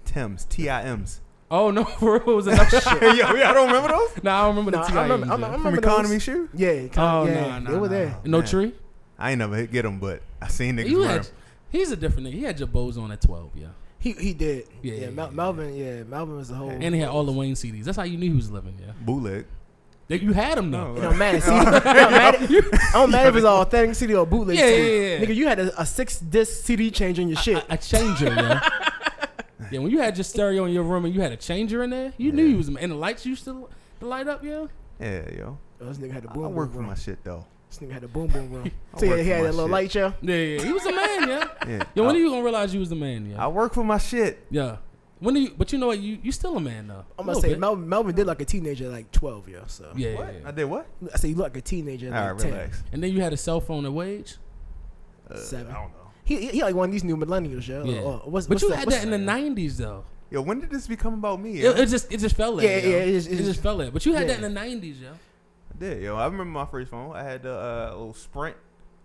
Speaker 2: Tims, T I M's.
Speaker 1: Oh no, for real, it was enough shit.
Speaker 2: Yo, yeah, I don't remember those
Speaker 1: Nah, I don't remember
Speaker 3: Nah,
Speaker 1: the
Speaker 3: I
Speaker 1: T. I E,
Speaker 3: remember-
Speaker 1: remember,
Speaker 3: I remember-
Speaker 2: from
Speaker 3: those.
Speaker 2: Economy Shoe.
Speaker 3: Yeah, kind
Speaker 1: Oh
Speaker 3: of, yeah,
Speaker 1: no,
Speaker 3: they
Speaker 1: no,
Speaker 3: were
Speaker 1: no.
Speaker 3: there.
Speaker 1: No
Speaker 2: Man.
Speaker 1: tree.
Speaker 2: I ain't never hit, get them, but I seen niggas
Speaker 1: You
Speaker 2: wear
Speaker 1: had.
Speaker 2: 'em.
Speaker 1: He's a different nigga. He had Jabos on at twelve, yeah,
Speaker 3: He he did.
Speaker 1: Yeah,
Speaker 3: Yeah,
Speaker 1: yeah,
Speaker 3: Mel-
Speaker 1: yeah.
Speaker 3: Melvin. Yeah, Melvin was the whole.
Speaker 1: and he had all the Wayne CDs. That's how you knew he was living, yeah.
Speaker 2: bootleg.
Speaker 1: They, you had them though.
Speaker 2: No.
Speaker 3: It don't matter. See, it don't matter. I don't matter if it's an authentic CD or bootleg
Speaker 1: Yeah,
Speaker 3: CD.
Speaker 1: yeah, yeah.
Speaker 3: Nigga, you had a, a six disc CD change in your shit.
Speaker 1: A, a changer, yeah. yeah, when you had your stereo in your room and you had a changer in there, you knew
Speaker 2: Yeah.
Speaker 1: you was and the lights used to to light up, yeah.
Speaker 2: Yeah, yo.
Speaker 3: Oh, this nigga had a
Speaker 2: I-
Speaker 3: boom
Speaker 2: I
Speaker 3: boom
Speaker 2: work for
Speaker 3: room.
Speaker 2: my shit though.
Speaker 3: This nigga had a boom boom room.
Speaker 2: I
Speaker 3: so yeah,
Speaker 2: work
Speaker 3: he
Speaker 2: for
Speaker 3: had
Speaker 2: my
Speaker 3: that little
Speaker 2: shit.
Speaker 3: light show.
Speaker 1: Yeah, yeah. He was a man, yeah.
Speaker 2: Yeah.
Speaker 1: Yo, when
Speaker 2: I,
Speaker 1: are you gonna realize you was the man, yeah?
Speaker 2: I work for my shit.
Speaker 1: yeah. When do you? But you know what? You you still a man though.
Speaker 3: I'm
Speaker 1: A
Speaker 3: gonna
Speaker 1: little
Speaker 3: say
Speaker 1: bit.
Speaker 3: Melvin, Melvin did like a teenager, at, like 12, yo. So
Speaker 1: Yeah,
Speaker 2: What?
Speaker 1: yeah, yeah.
Speaker 2: I did what?
Speaker 3: I say you look like a teenager, at,
Speaker 2: All
Speaker 3: like
Speaker 2: right,
Speaker 3: 10.
Speaker 2: relax.
Speaker 1: And then you had a cell phone at wage.
Speaker 2: Uh,
Speaker 3: Seven.
Speaker 2: I don't know.
Speaker 3: He, he, he like one of these new millennials, yo.
Speaker 1: Yeah.
Speaker 3: Or- or what's,
Speaker 1: But
Speaker 3: what's
Speaker 1: you
Speaker 3: the-
Speaker 1: had
Speaker 3: what's
Speaker 1: that in the '90s though.
Speaker 2: Yo, when did this become about me?
Speaker 1: It,
Speaker 2: yo?
Speaker 1: it just it just fell
Speaker 3: Yeah,
Speaker 1: in.
Speaker 3: yeah,
Speaker 1: yo.
Speaker 3: it just-
Speaker 1: it
Speaker 3: it
Speaker 1: just
Speaker 3: just-
Speaker 1: fell in. But you had that
Speaker 3: yeah.
Speaker 1: in the '90s, yo.
Speaker 2: I did, yo. I remember my first phone. I had the uh, little Sprint.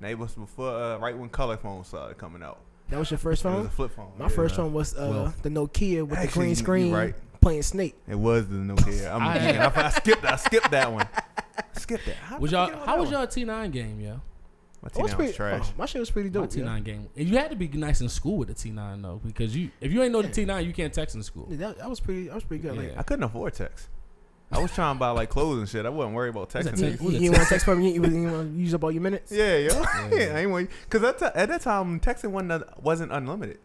Speaker 2: Now it was before, uh, right when color phones started coming out.
Speaker 3: That was your first
Speaker 2: It was
Speaker 3: phone?
Speaker 2: a flip phone.
Speaker 3: My
Speaker 2: yeah.
Speaker 3: first one was uh,
Speaker 1: Well,
Speaker 3: the Nokia with
Speaker 2: actually,
Speaker 3: the green
Speaker 2: you- you
Speaker 3: screen
Speaker 2: right.
Speaker 3: playing Snake.
Speaker 2: It was the Nokia. I'm
Speaker 1: I-
Speaker 2: I, I, I skipped. I skipped that one. I skipped that. How
Speaker 1: Was
Speaker 2: did I
Speaker 1: y'all?
Speaker 2: forget about
Speaker 1: How
Speaker 2: that
Speaker 1: was
Speaker 2: one?
Speaker 1: y'all T9 game, yo?
Speaker 2: My
Speaker 3: Oh,
Speaker 2: T9 was
Speaker 3: pretty,
Speaker 2: trash.
Speaker 3: oh, my shit was pretty
Speaker 1: My
Speaker 3: dope. yo.
Speaker 1: T9 game. And you had to be nice in school with the T9 though, because you if you ain't know the T9, you can't text in school.
Speaker 3: Yeah, that, that was pretty. That was pretty good. Like,
Speaker 1: Yeah.
Speaker 2: I couldn't afford text. I was trying to buy like clothes and shit. I wasn't worried about
Speaker 1: was a
Speaker 2: texting.
Speaker 1: text-
Speaker 3: you,
Speaker 1: it was a
Speaker 3: you didn't want to text from you. You didn't want to use up all your minutes.
Speaker 2: Yeah, yo.
Speaker 1: Yeah.
Speaker 2: yeah, I ain't want because at, that ti- at that time texting wasn't wasn't unlimited.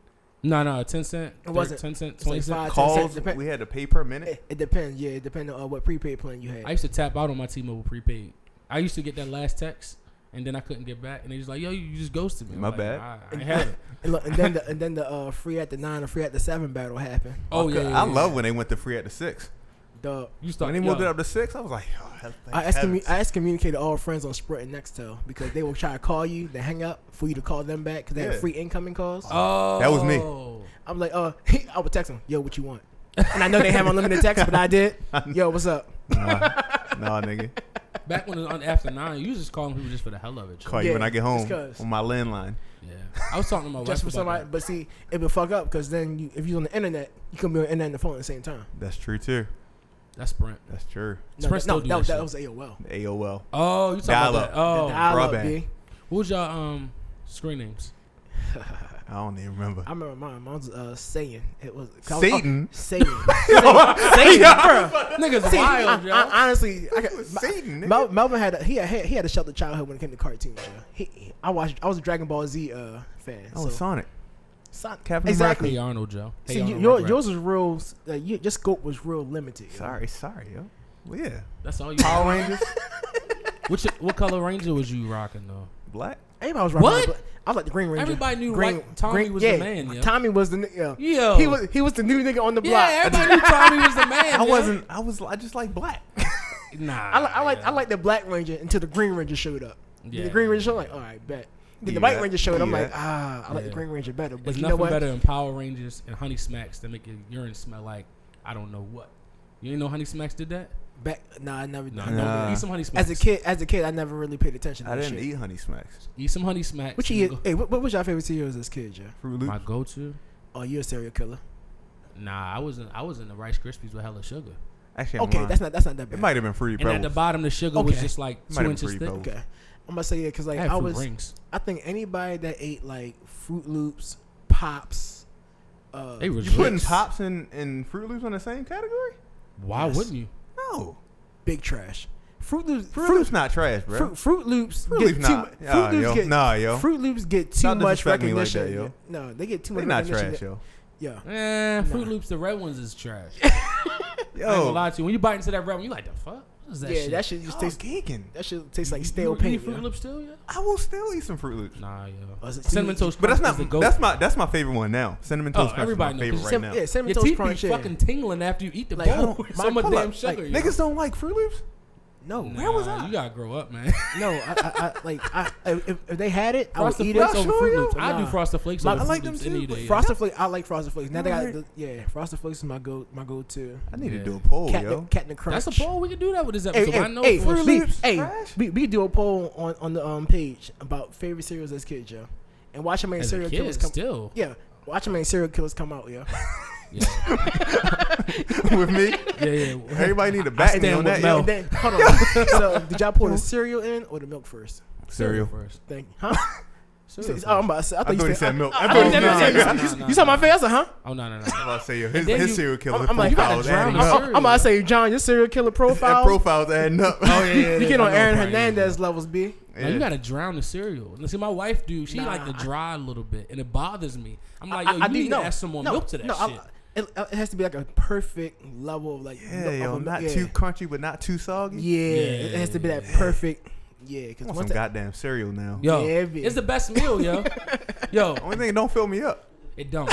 Speaker 1: No, no, ten cent.
Speaker 3: It wasn't.
Speaker 1: ten cent,
Speaker 3: It's like
Speaker 1: twenty cent.
Speaker 3: five,
Speaker 2: Calls
Speaker 3: Depend-
Speaker 2: we had to pay per minute.
Speaker 3: It, it depends. Yeah, it depends on uh, what prepaid plan you had.
Speaker 1: I used to tap out on my T-Mobile prepaid. I used to get that last text, and then I couldn't get back, and they was like, "Yo, you just ghosted me." I'm
Speaker 2: My
Speaker 1: like,
Speaker 2: bad.
Speaker 1: "Nah, I ain't have it.
Speaker 3: and, look, and then the and then the uh, free at the nine or free at the seven battle happened.
Speaker 1: Oh
Speaker 2: I
Speaker 1: yeah,
Speaker 2: cou-
Speaker 1: yeah,
Speaker 2: I
Speaker 1: yeah.
Speaker 2: love when they went to free at the six.
Speaker 3: Duh.
Speaker 1: You start.
Speaker 2: When they
Speaker 1: yo,
Speaker 2: moved it up to six, I was like, oh, hell,
Speaker 3: I
Speaker 2: thank
Speaker 3: excommu-
Speaker 2: heavens.
Speaker 3: I excommunicated all friends on Sprint and Nextel because they will try to call you, they hang up for you to call them back because they
Speaker 2: Yeah. Uh.
Speaker 3: had free incoming calls.
Speaker 1: Oh,
Speaker 2: That was me.
Speaker 3: I'm like, uh, I would text them, yo, what you want? And I know they have unlimited text, but I did. Yo, what's up?
Speaker 2: nah, nigga.
Speaker 1: Back when it was on after nine, you was just calling people just for the hell of it. yo.
Speaker 2: Call you
Speaker 3: Yeah,
Speaker 2: when I get
Speaker 3: just
Speaker 2: home
Speaker 3: 'cause.
Speaker 2: on my landline.
Speaker 1: Yeah, I was talking to my wife
Speaker 3: Just for
Speaker 1: Oh, about
Speaker 3: somebody,
Speaker 1: that.
Speaker 3: but see, it would fuck up because then you, if you're on the internet, you can be on the internet and the phone at the same time.
Speaker 2: That's true too.
Speaker 1: That's Sprint.
Speaker 2: That's true.
Speaker 3: No,
Speaker 1: Sprint
Speaker 3: that, no,
Speaker 1: still do
Speaker 3: that, was-
Speaker 1: that
Speaker 3: that was AOL.
Speaker 2: AOL.
Speaker 1: Oh, you talking
Speaker 2: Dial
Speaker 1: about
Speaker 2: up.
Speaker 1: that? Oh,
Speaker 3: the dial-up,
Speaker 2: broadband.
Speaker 3: B.
Speaker 1: what was y'all um screen names?
Speaker 2: I don't even remember.
Speaker 3: I remember mine. Mine was uh, saying it was 'cause I was- oh,
Speaker 2: Satan.
Speaker 3: Satan. Satan. Satan, bruh.
Speaker 1: Niggas
Speaker 3: See,
Speaker 1: wild,
Speaker 3: I-
Speaker 1: yo.
Speaker 3: I- honestly, I got-
Speaker 2: Satan. nigga.
Speaker 3: Mel, Melvin had a, he had he had a sheltered childhood when it came to cartoons. Yo. He, he- I watched I was a Dragon Ball Z uh, fan.
Speaker 2: Oh,
Speaker 3: so.
Speaker 2: Sonic.
Speaker 3: Son-
Speaker 2: Captain
Speaker 1: hey
Speaker 3: exactly.
Speaker 1: Arnold, Joe. Hey
Speaker 3: See, you,
Speaker 1: Arnold,
Speaker 3: your,
Speaker 1: Rugrats.
Speaker 3: yours was real. Uh, you, your scope was real limited. yo.
Speaker 2: Sorry, sorry, yo. Well, yeah.
Speaker 1: That's all you.
Speaker 2: Power Rangers.
Speaker 1: Which what color ranger was you rocking though?
Speaker 2: Black.
Speaker 3: everybody was rocking
Speaker 1: What?
Speaker 3: the bla- I was like the Green Ranger.
Speaker 1: Everybody knew
Speaker 3: Green,
Speaker 1: White Tommy was the
Speaker 3: yeah,
Speaker 1: man, yo.
Speaker 3: Tommy was the ni- yeah.
Speaker 1: Yo.
Speaker 3: He was he was the new nigga on the block.
Speaker 1: Yeah, everybody knew Tommy was the man. yo.
Speaker 2: I wasn't. I was. I just like black.
Speaker 1: Nah,
Speaker 3: I, li- I like
Speaker 1: yo.
Speaker 3: I like the Black Ranger until the Green Ranger showed up.
Speaker 1: Yeah.
Speaker 3: the Green Ranger showed, up, like all right, bet. Then
Speaker 2: Yeah.
Speaker 3: the White Ranger showed. up, I'm
Speaker 2: Yeah.
Speaker 3: like ah, I like the
Speaker 1: Yeah.
Speaker 3: Green Ranger better. But
Speaker 1: There's
Speaker 3: you know
Speaker 1: nothing
Speaker 3: what?
Speaker 1: better than Power Rangers and Honey Smacks that make your urine smell like I don't know what. You ain't know Honey Smacks did that?
Speaker 3: Back, nah, I never.
Speaker 1: No,
Speaker 3: I
Speaker 1: no.
Speaker 3: never-
Speaker 2: Nah.
Speaker 1: Eat some Honey Smacks.
Speaker 3: As a kid, as a kid, I never really paid attention. to
Speaker 2: I
Speaker 3: that
Speaker 2: didn't
Speaker 3: shit.
Speaker 2: eat Honey Smacks.
Speaker 1: eat some Honey Smacks.
Speaker 3: What
Speaker 1: and
Speaker 3: you eat?
Speaker 1: go-
Speaker 3: Hey, what, what was your favorite cereal as a kid, Joe?
Speaker 2: Fruit Loops.
Speaker 1: My go-to?
Speaker 3: Oh, you're a serial killer.
Speaker 1: Nah, I was in, I was in the Rice Krispies with hella sugar.
Speaker 2: Actually, I'm
Speaker 3: Okay,
Speaker 2: lying.
Speaker 3: that's not that's not that bad.
Speaker 2: It might have been Fruity
Speaker 1: And at the
Speaker 2: Pebbles.
Speaker 1: bottom, the sugar was
Speaker 3: Okay.
Speaker 1: just like
Speaker 2: Might have
Speaker 1: two
Speaker 2: been
Speaker 1: inches
Speaker 2: Fruity
Speaker 1: thick.
Speaker 2: Pebbles.
Speaker 3: okay, I'm gonna say yeah because
Speaker 1: I
Speaker 3: like
Speaker 1: had
Speaker 3: I
Speaker 1: fruit
Speaker 3: was,
Speaker 1: rings.
Speaker 3: I think anybody that ate like Fruit Loops, Pops, uh,
Speaker 1: They was
Speaker 2: You putting
Speaker 1: Yes.
Speaker 2: pops and, and Fruit Loops in the same category?
Speaker 1: Why
Speaker 3: Yes.
Speaker 1: wouldn't you?
Speaker 2: No.
Speaker 3: big trash. Fruit Loops,
Speaker 2: Fruit,
Speaker 3: Fruit,
Speaker 2: Loops not trash, bro.
Speaker 3: Fruit, Fruit Loops,
Speaker 2: Fruit
Speaker 3: get
Speaker 2: Loops
Speaker 3: too
Speaker 2: not.
Speaker 3: mu-
Speaker 2: Nah,
Speaker 3: Fruit Loops
Speaker 2: yo.
Speaker 3: get
Speaker 2: Nah, yo.
Speaker 3: Fruit Loops get too
Speaker 2: Don't
Speaker 3: much
Speaker 2: disrespect me like that,
Speaker 3: recognition.
Speaker 2: yo.
Speaker 3: No, they get too
Speaker 2: They
Speaker 3: much
Speaker 2: not
Speaker 3: recognition.
Speaker 2: trash, yo.
Speaker 3: Yeah,
Speaker 1: Eh, Fruit
Speaker 3: Nah.
Speaker 1: Loops, the red ones is trash. I ain't gonna
Speaker 2: Yo.
Speaker 1: lie to you. When you bite into that red one, you like the fuck? What is that
Speaker 3: yeah,
Speaker 1: shit?
Speaker 3: that shit just
Speaker 2: Y'all
Speaker 3: tastes.
Speaker 2: geeking.
Speaker 3: That shit tastes like
Speaker 1: You-
Speaker 3: stale
Speaker 1: you eat
Speaker 3: paint.
Speaker 1: Fruit
Speaker 3: yo.
Speaker 1: Loops still, yeah?
Speaker 2: I will still eat some Fruit Loops.
Speaker 1: Nah, yeah.
Speaker 3: Was it
Speaker 1: Cinnamon
Speaker 3: teenage-
Speaker 1: Toast
Speaker 2: But that's
Speaker 1: Crunch is the
Speaker 2: not
Speaker 1: goat.
Speaker 2: that's my that's my favorite one now. Cinnamon
Speaker 1: Oh,
Speaker 2: Toast Crunch is my
Speaker 1: everybody knows,
Speaker 2: favorite
Speaker 1: 'cause
Speaker 2: right
Speaker 3: Sim-
Speaker 2: now.
Speaker 3: Yeah, cinnamon
Speaker 1: Your
Speaker 3: toast
Speaker 1: teeth
Speaker 3: crunch.
Speaker 1: be
Speaker 3: yeah.
Speaker 1: fucking tingling after you eat the
Speaker 3: Like, I
Speaker 1: bowl.
Speaker 3: don't-
Speaker 1: with
Speaker 3: my-
Speaker 1: so much
Speaker 3: hold up,
Speaker 1: damn
Speaker 3: like,
Speaker 1: sugar. yo.
Speaker 2: Niggas don't like Fruit Loops?
Speaker 3: No,
Speaker 1: Nah,
Speaker 3: where was I?
Speaker 1: You gotta grow up, man.
Speaker 3: No, I, I, I like I, if, if they had it, I would
Speaker 1: Frosted
Speaker 3: eat
Speaker 1: Flakes
Speaker 3: it.
Speaker 1: over
Speaker 2: sure,
Speaker 1: Fruit
Speaker 2: yo?
Speaker 1: Loops. I do
Speaker 3: Nah.
Speaker 1: Frosted Flakes
Speaker 3: My-
Speaker 1: over
Speaker 3: I
Speaker 1: Fruit
Speaker 2: like them
Speaker 1: Loops
Speaker 2: too,
Speaker 1: any
Speaker 2: but
Speaker 1: day. yo.
Speaker 3: Frosted Flakes, I like Frosted Flakes. Now they got
Speaker 2: Right.
Speaker 3: the, yeah, Frosted Flakes is my go my go to.
Speaker 2: I need
Speaker 1: Yeah.
Speaker 2: to do a poll,
Speaker 3: Cat,
Speaker 2: yo.
Speaker 3: cat in the crunch.
Speaker 1: That's a poll. We can do that with this
Speaker 3: Hey,
Speaker 1: episode. I
Speaker 3: hey,
Speaker 1: know
Speaker 3: hey,
Speaker 1: for
Speaker 2: Fruit
Speaker 1: a
Speaker 3: we,
Speaker 1: fact-
Speaker 2: Loops
Speaker 3: hey
Speaker 2: trash?
Speaker 3: we, we do a poll on on the um page about favorite cereals as kids, yo, and watch how many
Speaker 1: as a
Speaker 3: serial
Speaker 1: kid
Speaker 3: killers come.
Speaker 1: still.
Speaker 3: Yeah, watch how many serial killers come out, yo.
Speaker 1: Yeah,
Speaker 2: With me.
Speaker 1: yeah, yeah.
Speaker 2: Everybody need to back me
Speaker 1: stand
Speaker 2: on
Speaker 1: with
Speaker 2: that,
Speaker 1: Mel.
Speaker 2: yo.
Speaker 3: And then hold on. so did y'all pour the cereal in or the milk first?
Speaker 2: Cereal.
Speaker 1: first.
Speaker 3: Thank huh? You
Speaker 1: Seriously.
Speaker 3: said- oh, I'm about to say. I
Speaker 2: I
Speaker 3: thought
Speaker 2: thought
Speaker 3: you
Speaker 2: he
Speaker 3: said.
Speaker 2: said milk.
Speaker 3: I
Speaker 2: I
Speaker 3: thought
Speaker 2: thought
Speaker 3: you
Speaker 1: no,
Speaker 2: he
Speaker 3: said.
Speaker 2: said
Speaker 1: no,
Speaker 2: milk.
Speaker 1: no,
Speaker 3: You
Speaker 1: no,
Speaker 3: you saw my face. I said, huh?
Speaker 1: Oh no no no.
Speaker 2: I'm about to say yo, his,
Speaker 1: then
Speaker 2: his
Speaker 1: you-
Speaker 2: serial killer
Speaker 3: I'm- I'm like, you gotta
Speaker 2: profile is
Speaker 1: drown
Speaker 2: adding
Speaker 1: him.
Speaker 2: up.
Speaker 1: Sure.
Speaker 3: I'm about to say, John, your serial killer
Speaker 2: That
Speaker 3: profile.
Speaker 2: profile is adding up.
Speaker 1: Oh yeah, yeah,
Speaker 3: you get
Speaker 1: yeah, I
Speaker 3: on
Speaker 1: know
Speaker 3: Aaron
Speaker 1: Brian, yeah.
Speaker 3: Hernandez levels, B.
Speaker 1: No, you gotta drown the cereal. Now, See, my wife, do she like to
Speaker 3: Nah.
Speaker 1: dry a little bit, and it bothers me. I'm like,
Speaker 3: I-
Speaker 1: yo,
Speaker 3: I
Speaker 1: you
Speaker 3: do
Speaker 1: need
Speaker 3: know.
Speaker 1: to add some more
Speaker 3: No,
Speaker 1: milk to that
Speaker 3: no, I-
Speaker 1: shit.
Speaker 3: It, it has to be like a perfect level of like.
Speaker 2: yeah,
Speaker 3: of
Speaker 2: yo,
Speaker 3: a-
Speaker 2: not
Speaker 3: yeah.
Speaker 2: too crunchy, but not too soggy.
Speaker 3: Yeah, it has to be that perfect. Yeah, because
Speaker 2: I want some goddamn cereal now.
Speaker 1: Yo,
Speaker 3: Yeah, bitch.
Speaker 1: it's the best meal, yo. yo,
Speaker 2: Only thing, don't fill me up.
Speaker 1: it don't.